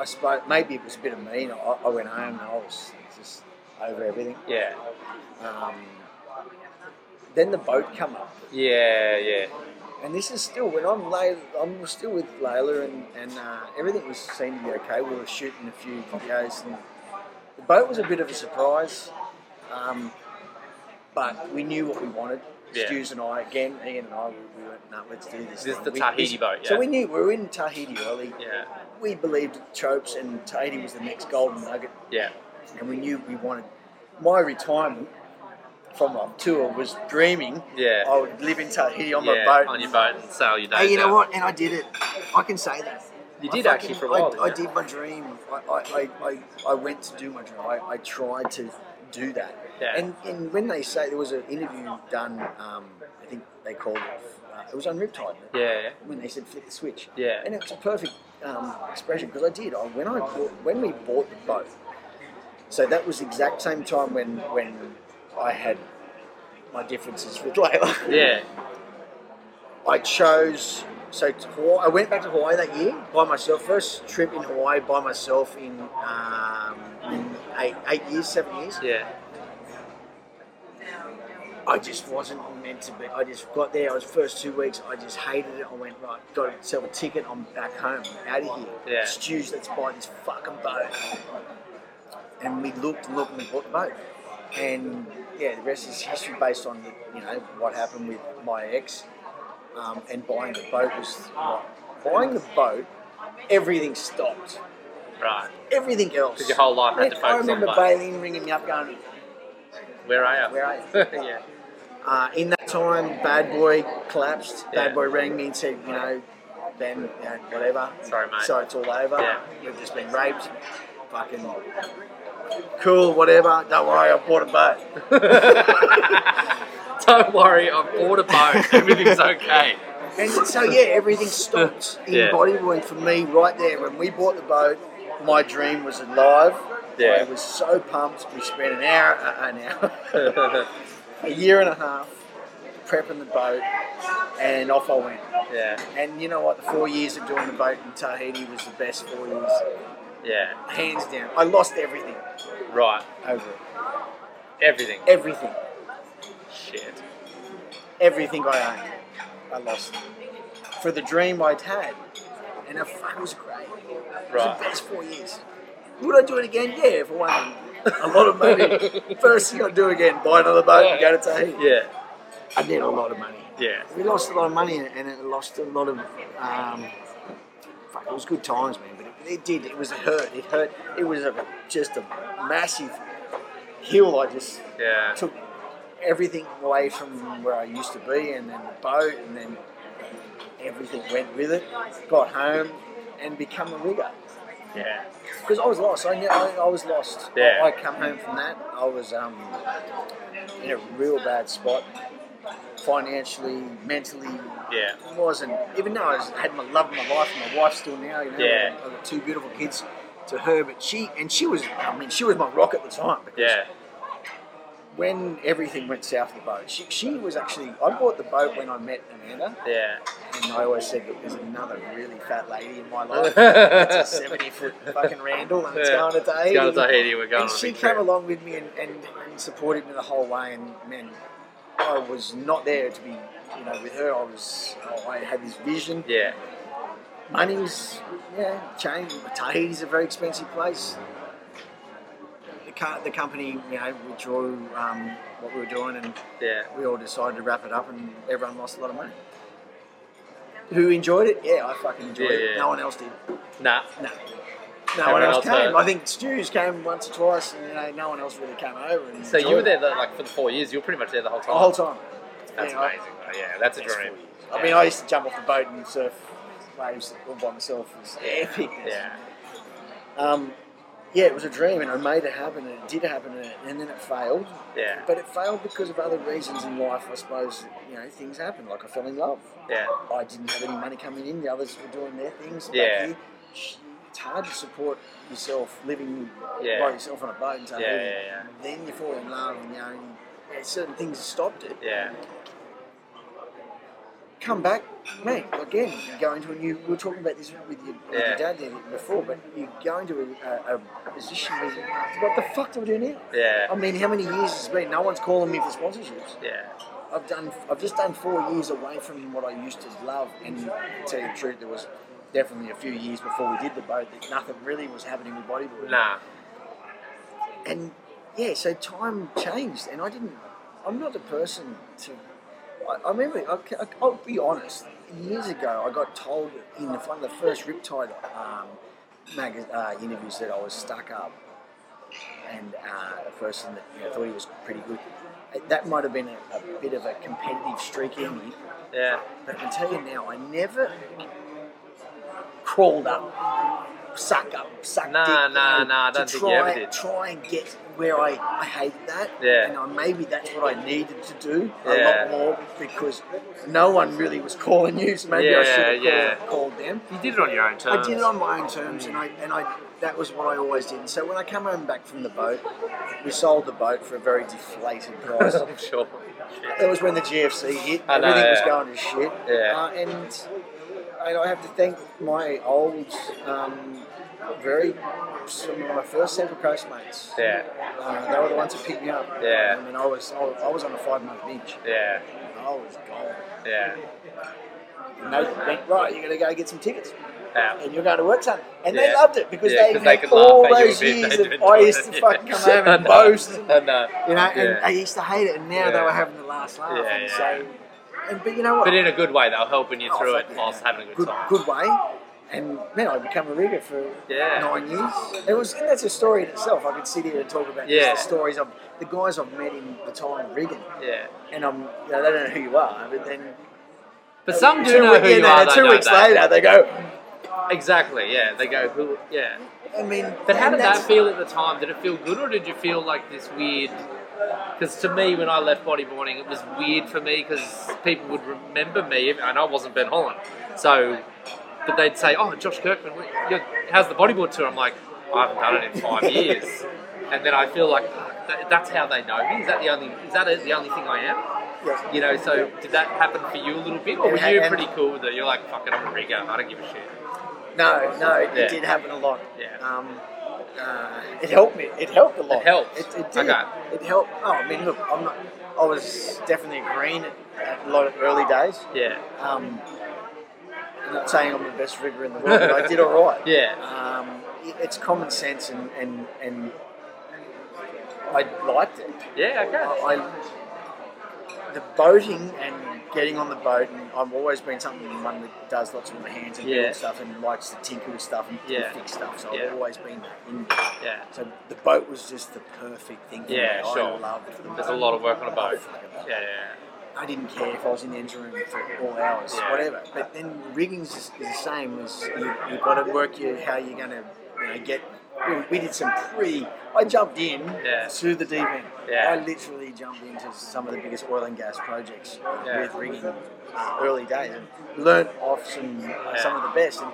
I suppose maybe it was a bit of mean. I, I went home and I was just over everything.
Yeah.
Um, then the boat come up.
Yeah. Yeah.
And this is still when I'm Layla, I'm still with Layla, and and uh, everything was seemed to be okay. We were shooting a few videos, and the boat was a bit of a surprise, um, but we knew what we wanted.
Yeah.
Stews and I again, Ian and I, we, we went, no, let's do this.
This is
thing."
the
We-
Tahiti
this-
boat. Yeah.
So we knew we were in Tahiti early.
yeah.
We believed in tropes, and Tahiti was the next golden nugget,
Yeah.
and we knew we wanted. My retirement from my tour was dreaming.
Yeah.
I would live in Tahiti on
yeah,
my boat.
On your boat and sail your days
Hey, you know
out.
what? And I did it. I can say that.
You
I
did
fucking-
actually for a while.
I, I
didn't you?
did my dream. I, I, I, I, I went to do my dream. I, I tried to do that.
Yeah.
And and when they say there was an interview done, um, I think they called it. Uh, it was on Riptide.
Yeah.
When they said flip the switch.
Yeah.
And it was a perfect um, expression because I did. I, when I bought, when we bought the boat, so that was the exact same time when when I had my differences with Layla.
Yeah.
I chose so to Hawaii, I went back to Hawaii that year by myself. First trip in Hawaii by myself in, um, in eight, eight years, seven years.
Yeah.
I just wasn't meant to be. I just got there. I was first two weeks. I just hated it. I went right, got myself a ticket. I'm back home. I'm out of here.
Yeah.
Stews, let's buy this fucking boat. And we looked and looked and we bought the boat. And yeah, the rest is history based on the, you know what happened with my ex. Um, and buying the boat was buying the boat. Everything stopped.
Right.
Everything else.
Because your whole life had to
I
focus on
remember
boat.
Bailey ringing me up, going,
Where are you?
"Where are you?"
yeah.
Uh, in that time, Bad Boy collapsed.
Yeah.
Bad Boy rang me and said, you know, Ben, you know, whatever.
Sorry, mate.
So it's all over.
Yeah.
We've just been raped. Fucking cool, whatever. Don't worry, I bought a boat.
Don't worry, I've bought a boat. Everything's okay.
And so yeah, everything stopped in
Yeah.
bodyboarding for me right there. When we bought the boat, my dream was alive.
Yeah.
I was so pumped. We spent an hour, uh, an hour, a year and a half prepping the boat, and off I went.
yeah,
And you know what? The four years of doing the boat in Tahiti was the best four years,
yeah.
hands down. I lost everything
Right.
over it.
Everything.
Everything,
Shit.
everything I owned, I lost for the dream I'd had, and it fuck, it was great. It was the
Right.
best four years. Would I do it again? Yeah, for one. A lot of money. First thing I'd do again, buy another boat and go to Tahiti.
Yeah.
I need a lot of money.
Yeah.
We lost a lot of money in it, and it lost a lot of. Um, fuck, it was good times, man. But it, it did. It was a hurt. It hurt. It was a, just a massive hill. I just
Yeah.
took everything away from where I used to be, and then the boat, and then everything went with it. Got home and become a rigger.
Yeah.
Because I was lost. I, knew, I, I was lost.
Yeah.
I, I come home from that. I was um, in a real bad spot, financially, mentally.
Yeah.
I wasn't even though I was, had my love of my life and my wife still now. You know,
Yeah.
I've got two beautiful kids to her, but she and she was. I mean, she was my rock at the time. Because
Yeah.
When everything went south of the boat, she, she was actually. I bought the boat when I met Amanda,
Yeah.
and I always said that there's another really fat lady in my life. That's a
It's
seventy foot fucking Randall, and it's
Yeah.
going to Tahiti.
Going to Tahiti, we're going
And
on a
she
big
came
trip.
along with me and, and, and supported me the whole way. And man, I was not there to be, you know, with her. I was, I had this vision.
Yeah.
Money was, yeah, changed. Tahiti's a very expensive place. The, co- the company, you know, withdrew um, what we were doing, and
Yeah.
we all decided to wrap it up, and everyone lost a lot of money. Who enjoyed it? Yeah, I fucking enjoyed
Yeah,
it.
yeah.
No one else did.
Nah.
No. No one
Everyone
else
else
came.
heard.
I think Stu's came once or twice, and you know, no one else really came over. And
So you
enjoyed
were
it.
there the, like for the four years. You were pretty much there the whole
the
time.
whole time.
That's
Yeah, I-
amazing. though. Yeah. That's a
That's
dream.
cool. I mean, I used to jump off the boat and surf waves all by myself. It was epic.
Yeah.
Um, yeah, it was a dream, and I made it happen, and it did happen, and, it, and then it failed.
Yeah.
But it failed because of other reasons in life, I suppose. You know, things happen. Like I fell in love.
Yeah.
I didn't have any money coming in. The others were doing their things. back
Yeah.
here. Sh- It's hard to support yourself living
Yeah.
by yourself on a boat. And so
Yeah, yeah, yeah.
Then you fall in love, and you know, and, yeah, certain things stopped it.
Yeah.
Come back, mate. Again, you go into a new. We were talking about this with your, with
Yeah.
your dad there before, but you go into a, a, a position where you, what the fuck do I do now? I
Yeah.
mean, how many years has it been? No one's calling me for sponsorships.
Yeah.
I've done. I've just done four years away from what I used to love. And to tell you the truth, there was definitely a few years before we did the boat that nothing really was happening with bodybuilding.
Nah.
And yeah, so time changed, and I didn't. I'm not the person to. I, I remember. I, will be honest. Years ago, I got told in the, one of the first Riptide um, mag- uh, interviews that I was stuck up, and uh, a person that you know, thought he was pretty good. That might have been a, a bit of a competitive streak in me,
Yeah.
but I can tell you now, I never crawled up, suck up, suck
Nah,
dick. you
nah,
know,
nah, I
to
don't think you
try,
ever did.
Try and get where I, I hate that.
Yeah.
And I, maybe that's what I needed to do a
Yeah.
lot more because no one really was calling you, so maybe I
Yeah,
should have
yeah.
called, called them.
You did it on your own terms.
I did it on my own terms, and I and I that was what I always did. And so when I come home back from the boat, we sold the boat for a very deflated price.
I'm sure.
That was when the GFC hit.
I know,
Everything was
yeah.
going to shit.
Yeah.
Uh, and, and I have to thank my old, um, very, some of my first Central Coast mates.
Yeah.
Uh, they were the ones who picked me up. Um,
Yeah.
I mean, I was, I was, I was on a five month binge.
Yeah.
I was gone.
Yeah.
And they went, right, you're going to go get some tickets
Yeah.
and you're going to work something. And they
Yeah.
loved it because
Yeah,
they
'cause
had
they could
all
laugh at you
those
a bit,
years
they did
of, I
enjoy
used to
it,
fucking
yeah.
come home
I
and
know.
boast and
I know. uh,
You know, and
Yeah.
they used to hate it, and now they
Yeah.
were having the last laugh.
Yeah,
and
yeah.
so, and, but you know what?
But in a good way, they were helping you
Oh,
through it
fuck yeah.
whilst having a good
good,
time.
good way. And man, I became a rigger for
Yeah.
nine years. It was and that's a story in itself. I could sit here and talk about
Yeah.
just the stories of the guys I've met in the time rigging,
Yeah.
and I'm you know, they don't know who you are, but then
But some do
two
know
week-
who
yeah,
you
no,
are.
no,
they
Two
know
weeks
that.
later, they go,
Exactly. Yeah. They go. Who? Yeah.
I mean,
But how
and
did that
that's-
feel at the time? Did it feel good, or did you feel like this weird? Because to me, when I left bodyboarding, it was weird for me because people would remember me, and I wasn't Ben Holland. So, but they'd say, "Oh, Josh Kirkman, what- you're- how's the bodyboard tour?" I'm like, "I haven't done it in five years," and then I feel like "Fuck, that, that's how they know me. Is that the only? Is that the only thing I am?
Yes.
You know? So, did that happen for you a little bit, or were
It
you
had-
pretty cool with it? You're like, "Fuck it, I'm a rigger. I don't give a shit."
No, no, it,
Yeah.
it did happen a lot.
Yeah.
Um, uh, it helped me. It helped a lot.
It helped.
It, it did.
Okay.
It helped. Oh, I mean, look, I'm not. I was definitely green at, at a lot of early days.
Yeah.
Um, I'm not saying I'm the best rigger in the world, but I did all right.
Yeah.
Um, it, it's common sense, and and and I liked it.
Yeah. Okay.
I, I the boating and getting on the boat, and I've always been something one that does lots with my hands and
Yeah.
build stuff and likes to tinker with stuff and
Yeah.
fix stuff. So
Yeah.
I've always been that. In,
Yeah.
so the boat was just the perfect thing. For
Yeah,
me.
sure.
I loved the
There's a
boat.
lot of work on a boat.
I fucking loved it.
Yeah, yeah,
I didn't care if I was in the engine room for all hours,
Yeah.
whatever. But then rigging's is is the same. Is you, you've got to work your, how you're going to you know, get. we- We did some pre. I jumped in
Yeah.
to the deep end.
Yeah.
I literally jumped into some of the biggest oil and gas projects uh,
Yeah.
with rigging uh, early days and learnt off some uh, some of the best. And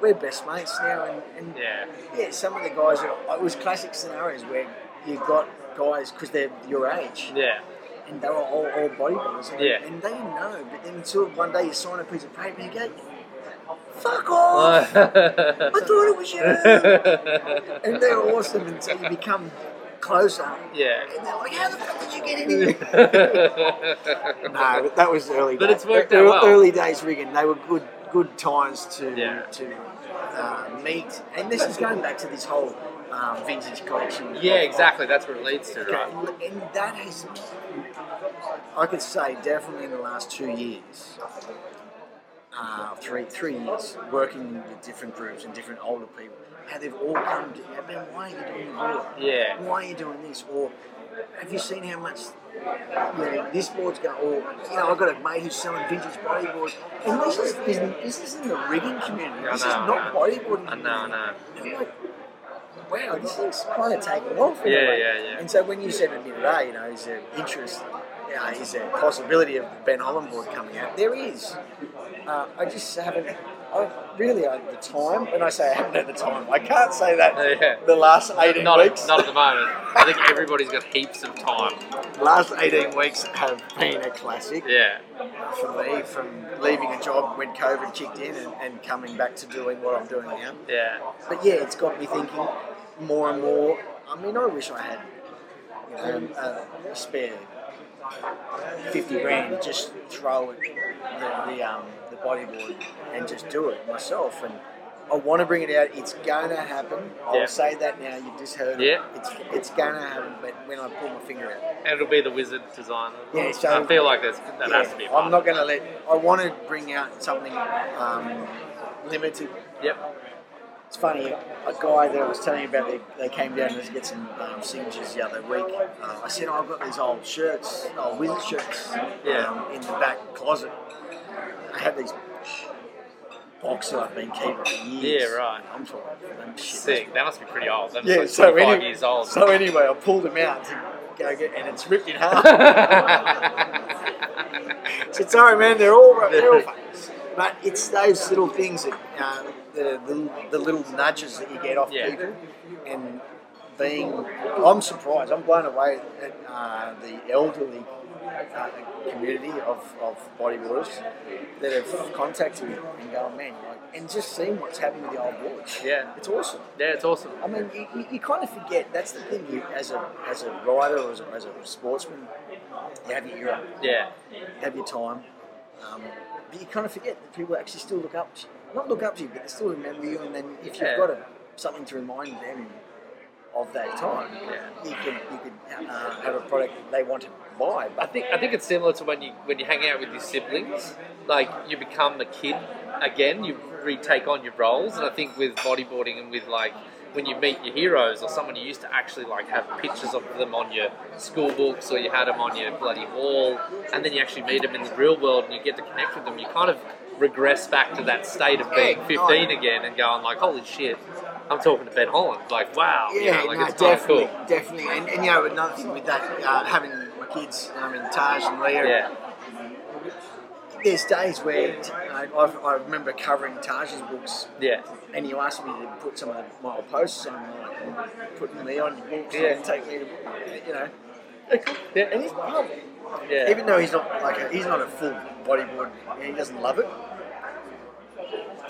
we're best mates now. And, and
yeah,
yeah, some of the guys. Are, it was classic scenarios where you got guys because they're your age
yeah,
and they were all, all bodybuilders. And,
Yeah.
and they didn't know, but then until one day you sign a piece of paper and you go, fuck off, I
yeah.
thought it was you. and they're awesome until you become closer.
yeah.
And they're like, how the fuck did you get in here? no, but that was early
But
days.
it's worked
Ear-
out well.
Early days rigging, they were good good times to,
Yeah.
to uh, meet. And this is going back to this whole um, vintage collection.
yeah, exactly. That's what it leads to, right?
Okay, And that has, I could say, definitely in the last two years, uh, three three years, working with different groups and different older people, how they've all come to, "Yeah, Ben, why are you doing water?
Yeah,
Why are you doing this? Or have you seen how much you know, this board's going? Or you know, I've got a mate who's selling vintage bodyboards, and this is this is in the rigging community.
I
This
know,
is
I
not
know.
bodyboarding.
I know, I know.
I'm like, wow, this thing's kind of taking off. in a
Yeah,
way.
yeah, yeah.
And so when you said to me today, you know, is there interest, you know, is there a possibility of Ben Holland board coming out? There is. Uh, I just haven't, I really had the time. When I say I haven't had the time, I can't say that
Yeah.
the last 18
Not,
weeks.
not at the moment. I think everybody's got heaps of time.
last 18 weeks have been a classic
Yeah,
for me from leaving a job when COVID kicked in and, and coming back to doing what I'm doing now.
yeah,
But yeah, it's got me thinking more and more. I mean, I wish I had you know, a, a spare fifty grand, just throw it the, the um the bodyboard and just do it myself. And I want to bring it out. It's gonna happen. I'll
Yeah.
say that now. You've just heard
Yeah.
it. It's it's gonna happen. But when I pull my finger out,
and it'll be the wizard design.
Yeah, so-
I feel like there's that has to be. A
Yeah,
part.
I'm not gonna let. I want to bring out something um, limited
Yep.
It's funny, a guy that I was telling you about, they, they came down to get some um, signatures the other week. Uh, I said, oh, I've got these old shirts, old wizard shirts
Yeah.
um, in the back closet. I had these boxes I've been keeping for years.
Yeah, right.
I'm talking about shit.
Sick. That must be pretty old. That's
Yeah,
like
so
25
anyway,
years old.
so anyway, I pulled them out to go get, and it's ripped in half.
yeah,
So sorry, man. They're all they're all fuckers. But it's those little things that uh, the, the the little nudges that you get off
Yeah.
people, and being I'm surprised. I'm blown away at uh, the elderly uh, community of, of bodybuilders that have contacted me and go, man, like, and just seeing what's happening with the old boards.
Yeah.
it's awesome.
it's awesome.
I mean, you, you, you kind of forget. That's the thing. You, as a as a rider or as a, as a sportsman, you have your era
Yeah,
have your time. Um, but you kind of forget that people actually still look up to you. Not look up to you, but they still remember you. And then if you've
Yeah.
got a, something to remind them of that time,
yeah.
you can you can uh, have a product that they want to buy.
I
But
think I think it's similar to when you when you hang out with your siblings, like you become a kid again. You retake on your roles, and I think with bodyboarding and with like when you meet your heroes or someone you used to actually like have pictures of them on your school books or you had them on your bloody wall, and then you actually meet them in the real world and you get to connect with them. You kind of regress back to that state of being
Yeah,
15 again and going like, holy shit.
I'm talking to Ben Holland. Like, wow, you
Yeah,
know, like
no,
it's kind of
definitely,
cool.
definitely. And, and you know, another thing with that, uh, having my kids, I mean, Taj and Leah,
Yeah,
there's days where you know, I've, I remember covering Taj's books,
yeah,
and you asked me to put some of the, my old posters on, like putting me on your books
Yeah.
and take me to, you know.
yeah,
And he's, oh,
yeah.
even though he's not like a, he's not a full bodyboard, and he doesn't love it.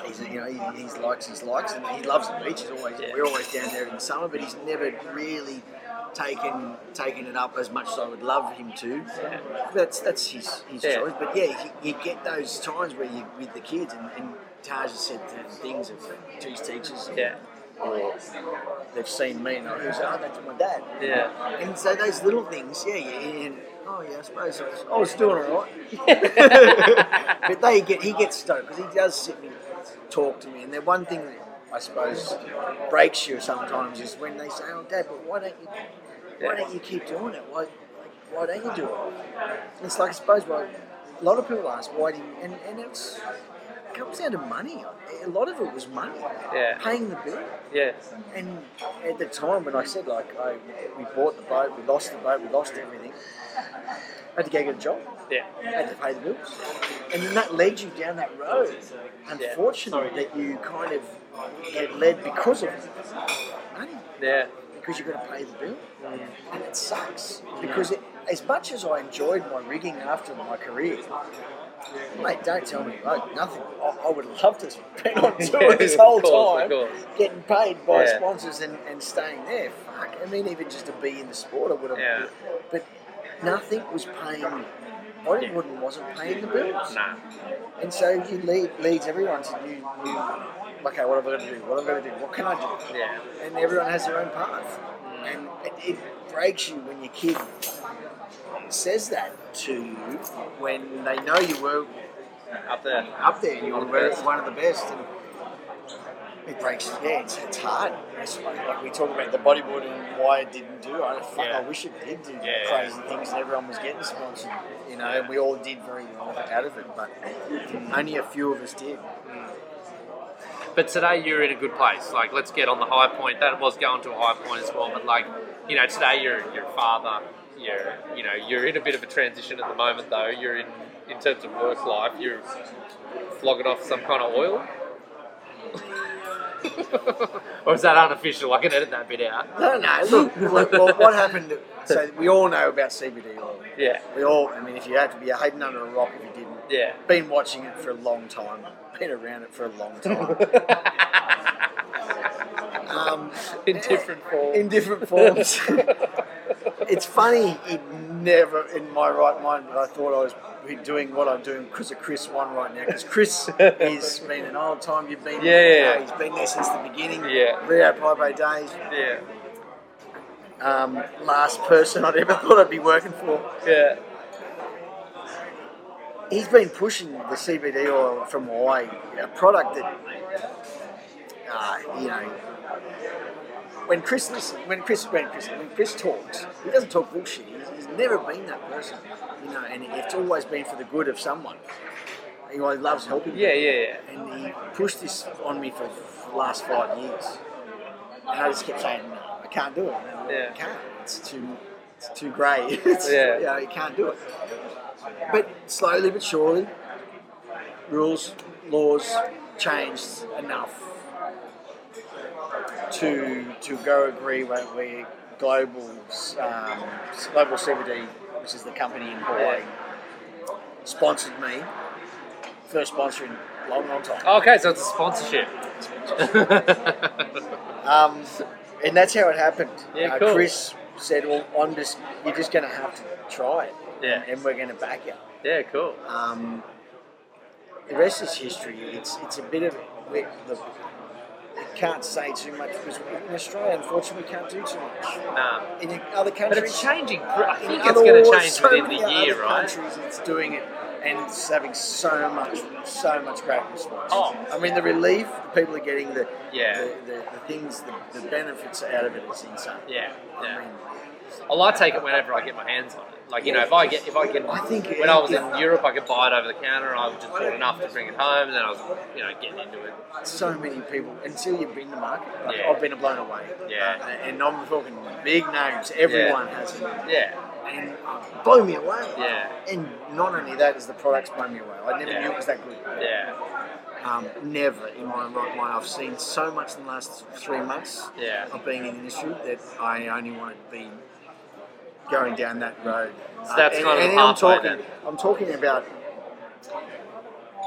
He's, you know, he, he likes his likes, and he loves the beach. He's always
Yeah.
we're always down there in the summer, but he's never really taken taken it up as much as I would love him to. That's that's his his
Yeah.
choice. But yeah, you, you get those times where you with the kids, and, and Taj has said certain things of to his teachers,
yeah,
or they've seen me, and I was oh, that's my dad.
yeah.
And so those little things, yeah, yeah, yeah. and- Oh yeah, I suppose I was, I was doing all right. but they get he gets stoked because he does sit and talk to me. And the one thing that I suppose breaks you sometimes is when they say, "Oh, Dad, but why don't you? Why don't you keep doing it? Why, like, why don't you do it?" It's like I suppose well, a lot of people ask, "Why do you?" And and it's, it comes down to money. A lot of it was money,
Yeah.
paying the bill.
yeah.
And at the time when I said like I, we bought the boat, we lost the boat, we lost everything. I had to go get a job.
Yeah.
I had to pay the bills. And then that led you down that road. Unfortunately, that you kind of get led because of money,
Yeah,
because you've got to pay the bill, and it sucks. Because it, as much as I enjoyed my rigging after my career, mate, don't tell me like nothing. I, I would love to have been on tour this
Of
whole
course,
time
of course.
getting paid by
Yeah.
sponsors and, and staying there. Fuck, I mean, even just to be in the sport, I would have.
Yeah.
But nothing was paying. Hollywood wasn't paying the bills,
Nah.
and so you lead, leads everyone to new, new. Okay, what am I going to do? What am I going to do? What can I do?
Yeah.
And everyone has their own path, and it, it breaks you when your kid says that to you when they know you were
Up there.
up there and you're
One of the best.
one of the best. And it breaks, yeah, it's, it's hard. It's like, like we talk about the bodyboarding and why it didn't do. I, fuck,
Yeah.
I wish it did do
Yeah,
crazy things and everyone was getting sponsored, you know, and we all did very well out of it, but only a few of us did.
But today you're in a good place. Like, let's get on the high point. That was going to a high point as well. But like, you know, today you're your father. You're, you know, you're in a bit of a transition at the moment, though. You're in, in terms of work life, you're flogging off some kind of oil. or is that unofficial? I can edit that bit out.
No, no, look, look well, what happened? So we all know about CBD oil.
Yeah,
We all, I mean, if you had to be a hidden under a rock if you didn't.
yeah.
Been watching it for a long time, been around it for a long time. um,
In different forms.
in different forms. it's funny, it never in my right mind that I thought I was doing what I'm doing because of Chris One right now. Because Chris has been an old time, you've been
Yeah.
he's been there since the beginning.
Yeah.
Rio Pipe days.
Yeah,
Um, last person I'd ever thought I'd be working for.
yeah,
He's been pushing the CBD oil from Hawaii, a product that, uh, you know, when Chris listens, when Chris, when Chris, when Chris talks, he doesn't talk bullshit. He's, he's never been that person, you know, and it's always been for the good of someone. You know, he loves helping.
yeah, yeah,
people. And he pushed this on me for the last five years, and I just kept saying, no, I can't do it. No,
Yeah.
I can't. It's too, it's too grey. it's,
Yeah.
You know, you can't do it. But slowly but surely, rules, laws changed enough to to go agree where we Global's um, Global CBD, which is the company in Hawaii, sponsored me. First sponsor in a long, long time.
yeah. Okay, so it's a sponsorship.
Um, and that's how it happened. Uh,
Yeah, cool.
Chris said, "Well, I'm just you're just going to have to try it,
Yeah.
and we're going to back you."
yeah, cool.
Um, the rest is history. It's it's a bit of we, the, it can't say too much because in Australia, unfortunately, we can't do too much.
Nah.
In other countries,
But it's changing. pr- I
in
think it's
other-
going to change
so
within
many
the year,
other
right?
Countries, it's doing it and it's having so much, so much great response.
Oh.
I mean, the relief the people are getting, the
Yeah.
the, the, the things, the, the benefits out of it is insane.
Yeah,
I
yeah.
mean,
I'll I take it whenever I get my hands on it. Like you know, if I get if I get
I think
when I was in Europe, I could buy it over the counter, and I would just bought enough to bring it home, and then I was you know getting into it.
so many people until you've been to market. Like,
Yeah.
I've been blown away.
Yeah.
Uh, and I'm talking big names. Everyone has it.
Yeah,
And blow me away.
Yeah.
And not only that is the products blow me away. I never
Yeah.
knew it was that good.
yeah,
Um, never in my right mind. I've seen so much in the last three months
yeah.
of being in the industry that I only want to be going down that road.
So that's
and,
kind of
and
halfway
I'm talking,
then.
I'm talking about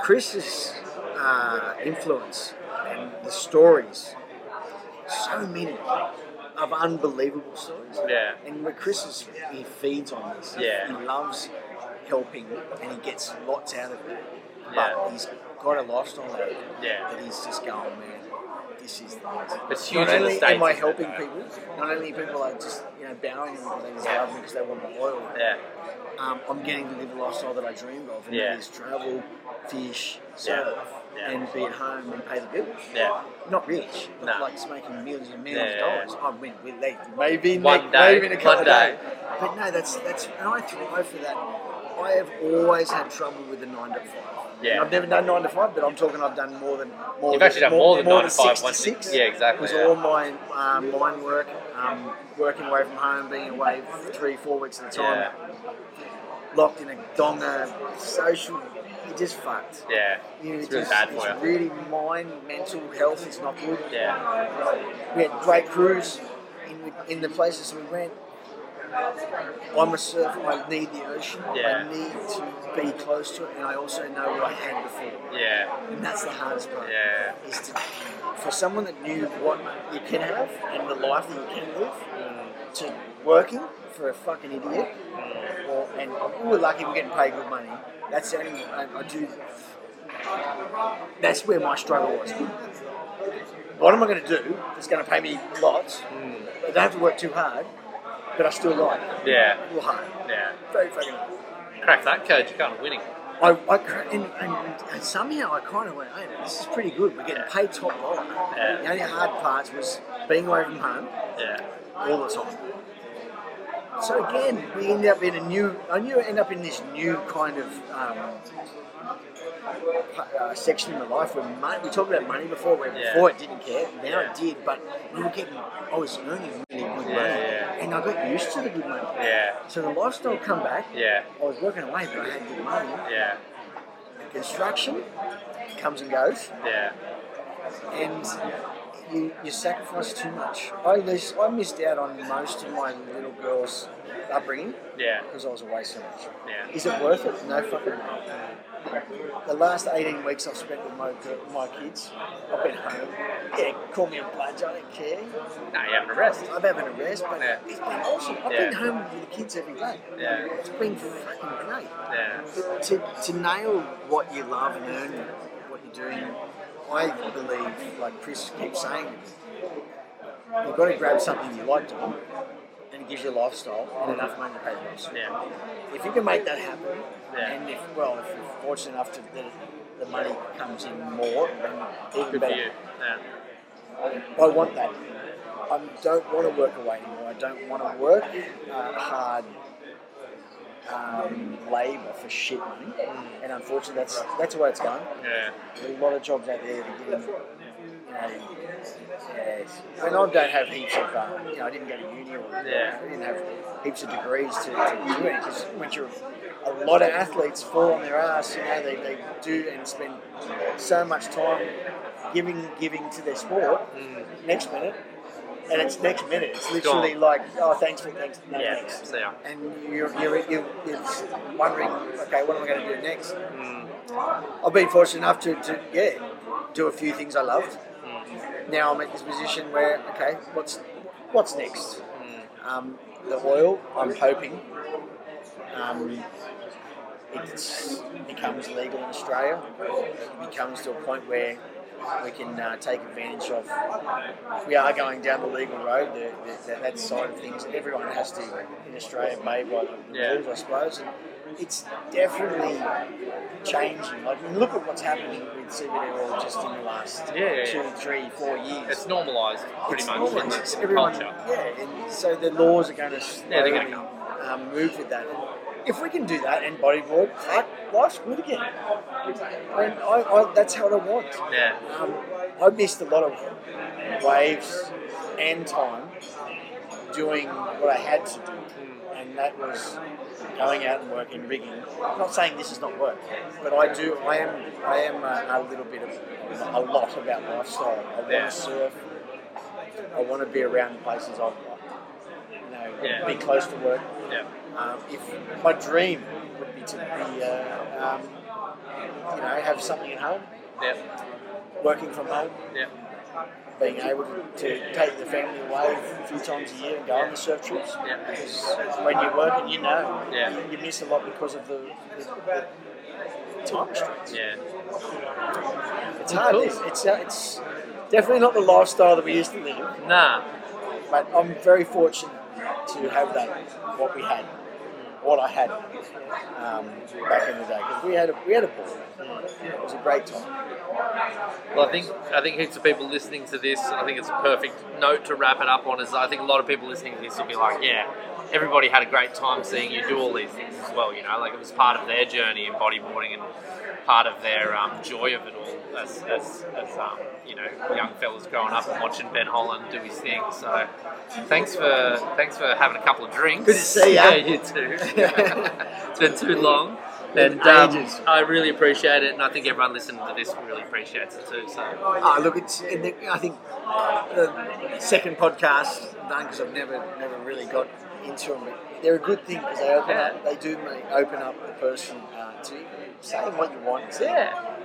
Chris's uh, influence and the stories. So many of unbelievable stories.
Yeah.
And with Chris is, he feeds on this.
Yeah.
He loves helping and he gets lots out of it.
Yeah.
But he's got a lifestyle out of it
Yeah.
that he's just going, man, this is the most
It's huge
not
in the
only
States,
am I
isn't it,
helping
though?
people, not only people are just you know bowing and they just love me because they want my oil.
Yeah,
Um, I'm getting to live the lifestyle that I dreamed of, and
Yeah.
that is travel, fish, surf,
Yeah.
and be at home and pay the bills.
yeah,
Not rich, but
No.
like just making millions and millions
Yeah.
of dollars. I mean, we, they, maybe
One
ne-
day,
maybe in a couple
one
of
day.
days. But no, that's that's and I thrive for that. I have always had trouble with the nine to five.
Yeah.
And I've never done nine to five, but I'm talking I've done more than more.
You've
than,
actually done more than nine to five,
six
once you-
six.
yeah, exactly,
It was
yeah.
all my um, mine work, um, working away from home, being away three, four weeks at a time,
Yeah.
locked in a donga, social. You just fucked.
yeah.
You
It's
just-
really bad
it's
for you.
really mind, mental health is not good.
Yeah,
We had great crews in the, in the places we went. I'm a surfer. I need the ocean.
Yeah.
I need to be close to it, and I also know what I had before.
yeah,
And that's the hardest part.
Yeah.
Is to, for someone that knew what you can have and the life that you can live, to working for a fucking idiot. Or, and we were lucky we're getting paid good money. That's the only I, I do. That's where my struggle was. What am I going to do that's going to pay me lots? I don't have to work too hard, but I still like it.
yeah,
Real hard.
yeah.
Very fucking hard.
Crack that code, you're kind of winning.
I, I cr- and, and, and somehow I kind of went, hey, this is pretty good. We're getting paid top dollar.
Yeah.
The only hard parts was being away from home
Yeah,
all the time. So again, we end up in a new. I knew end up in this new kind of um, uh, section of my life where money. We talked about money before. Where
Yeah.
before it didn't care, now
Yeah.
it did. But we were getting. I was earning really good money,
yeah.
and I got used to the good money.
yeah,
So the lifestyle come back.
yeah,
I was working away, but I had good money.
yeah,
Construction comes and goes
yeah,
and you, you sacrifice too much. I, lose, I missed out on most of my little girl's upbringing
yeah,
because I was away so much.
yeah.
Is it worth it? No fucking way. The last 18 weeks I've spent with my, gir- my kids, I've been home. Yeah, call me a bludge, I don't care.
Now you having a rest.
I'm having a rest, but
Yeah.
it's been awesome. I've
Yeah.
been home with the kids every day.
Yeah,
It's been fucking great
yeah,
to, to nail what you love and earn what you're doing, I believe, like Chris keeps saying, you've got to grab something you like doing and it gives you a lifestyle and enough money to pay the bills.
yeah,
If you can make that happen,
Yeah.
and if, well, if you're fortunate enough to that the money comes in more, then even
good for you.
better.
Yeah,
I want that. I don't want to work away anymore. I don't want to work uh, hard um, labour for shit money. And unfortunately, that's that's where it's going.
yeah,
There's a lot of jobs out there that give them, you know, yes. And I don't have heaps of, uh, you know, I didn't go to uni or
Yeah.
I didn't have heaps of degrees to, to do it because once you're a lot of athletes fall on their ass, you know, they, they do and spend so much time giving giving to their sport. Next minute, and it's next minute. It's literally
Mm. Gone.
like, oh, thanks for thanks, no
yeah.
thanks
So yeah,
and you're, you're, you're, you're wondering, okay, what am I going to do next?
Mm.
I've been fortunate enough to, to, yeah, do a few things I loved.
Mm.
Now I'm at this position where, okay, what's what's next?
Mm.
Um, the oil, I'm hoping, um, it becomes legal in Australia. It becomes to a point where we can uh, take advantage of. If we are going down the legal road, the, the, that, that side of things, everyone has to in Australia made by the
Yeah.
rules, I suppose. And it's definitely changing. Like, I mean, look at what's happening with CBD oil just in the last
Yeah, yeah,
two,
yeah.
three, four years.
It's normalised pretty
It's
much
normal.
in the
It's everyone-
culture.
Yeah, and so the laws are going to
Yeah,
slowly
they're gonna
um, move with that. If we can do that and bodyboard, fuck, life's good again. And I, I, that's how I want.
Yeah.
Um, I missed a lot of waves and time doing what I had to do, and that was going out and working rigging. I'm not saying this is not work, but I do. I am. I am uh, a, a little bit of a lot about lifestyle. I want
Yeah.
to surf. I want to be around places I like. You know,
Yeah.
be close to work.
Yeah.
Um, if my dream would be to be, uh, um, you know, have something at home,
Yeah.
working from home
Yeah.
being able to, to take the family away a few times a year and go on the surf trips.
Yeah.
Because when you're working, you know,
Yeah.
you, you miss a lot because of the, the, the time restraints.
Yeah.
It's hard.
Cool.
It's, it's, uh, it's definitely not the lifestyle that we used to live,
Nah.
but I'm very fortunate to have that, what we had, what I had um, back in the day. Because we had a, we had a ball. It was a great time.
Well, I think I think heaps of people listening to this. I think it's a perfect note to wrap it up on. Is I think a lot of people listening to this will be like, yeah, everybody had a great time seeing you do all these things as well. You know, like it was part of their journey in bodyboarding and part of their um, joy of it all. As, as, as um, you know, young fellas growing up and watching Ben Holland do his thing. So, thanks for thanks for having a couple of drinks.
Good to see ya.
Yeah, you too. it's been too long.
Been
And um,
ages.
I really appreciate it, and I think everyone listening to this really appreciates it too. So,
Ah, look, it's. And the, I think the second podcast done because I've never, never really got into them. But they're a good thing because they open up. They do make, open up the person uh, to saying what you want. So
Yeah.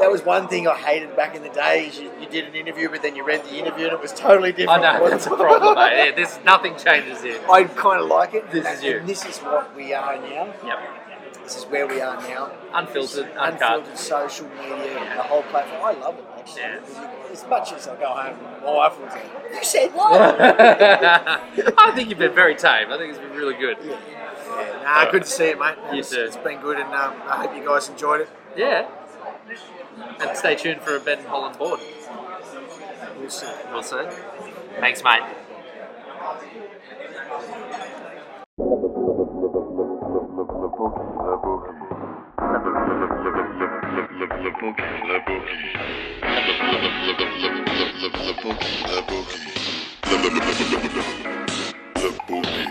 That was one thing I hated back in the day. Is you, you did an interview, but then you read the interview and it was totally
I
different.
know that's a problem, mate. Yeah, this nothing changes here.
I kind of like it.
This is you.
And this is what we are now.
Yep.
This is where we are now.
Unfiltered, uncut.
unfiltered social media, and the whole platform. I love it actually.
Yeah.
As much as I go home, my wife will say, "You said what?"
I think you've been very tame. I think it's been really good.
yeah, nah, good to see you, mate.
You
It's-
too.
It's been good, and um, I hope you guys enjoyed it.
Yeah. And stay tuned for a Ben Holland board.
We'll see.
We'll see. Thanks, mate.
Labuki. Labuki. Labuki.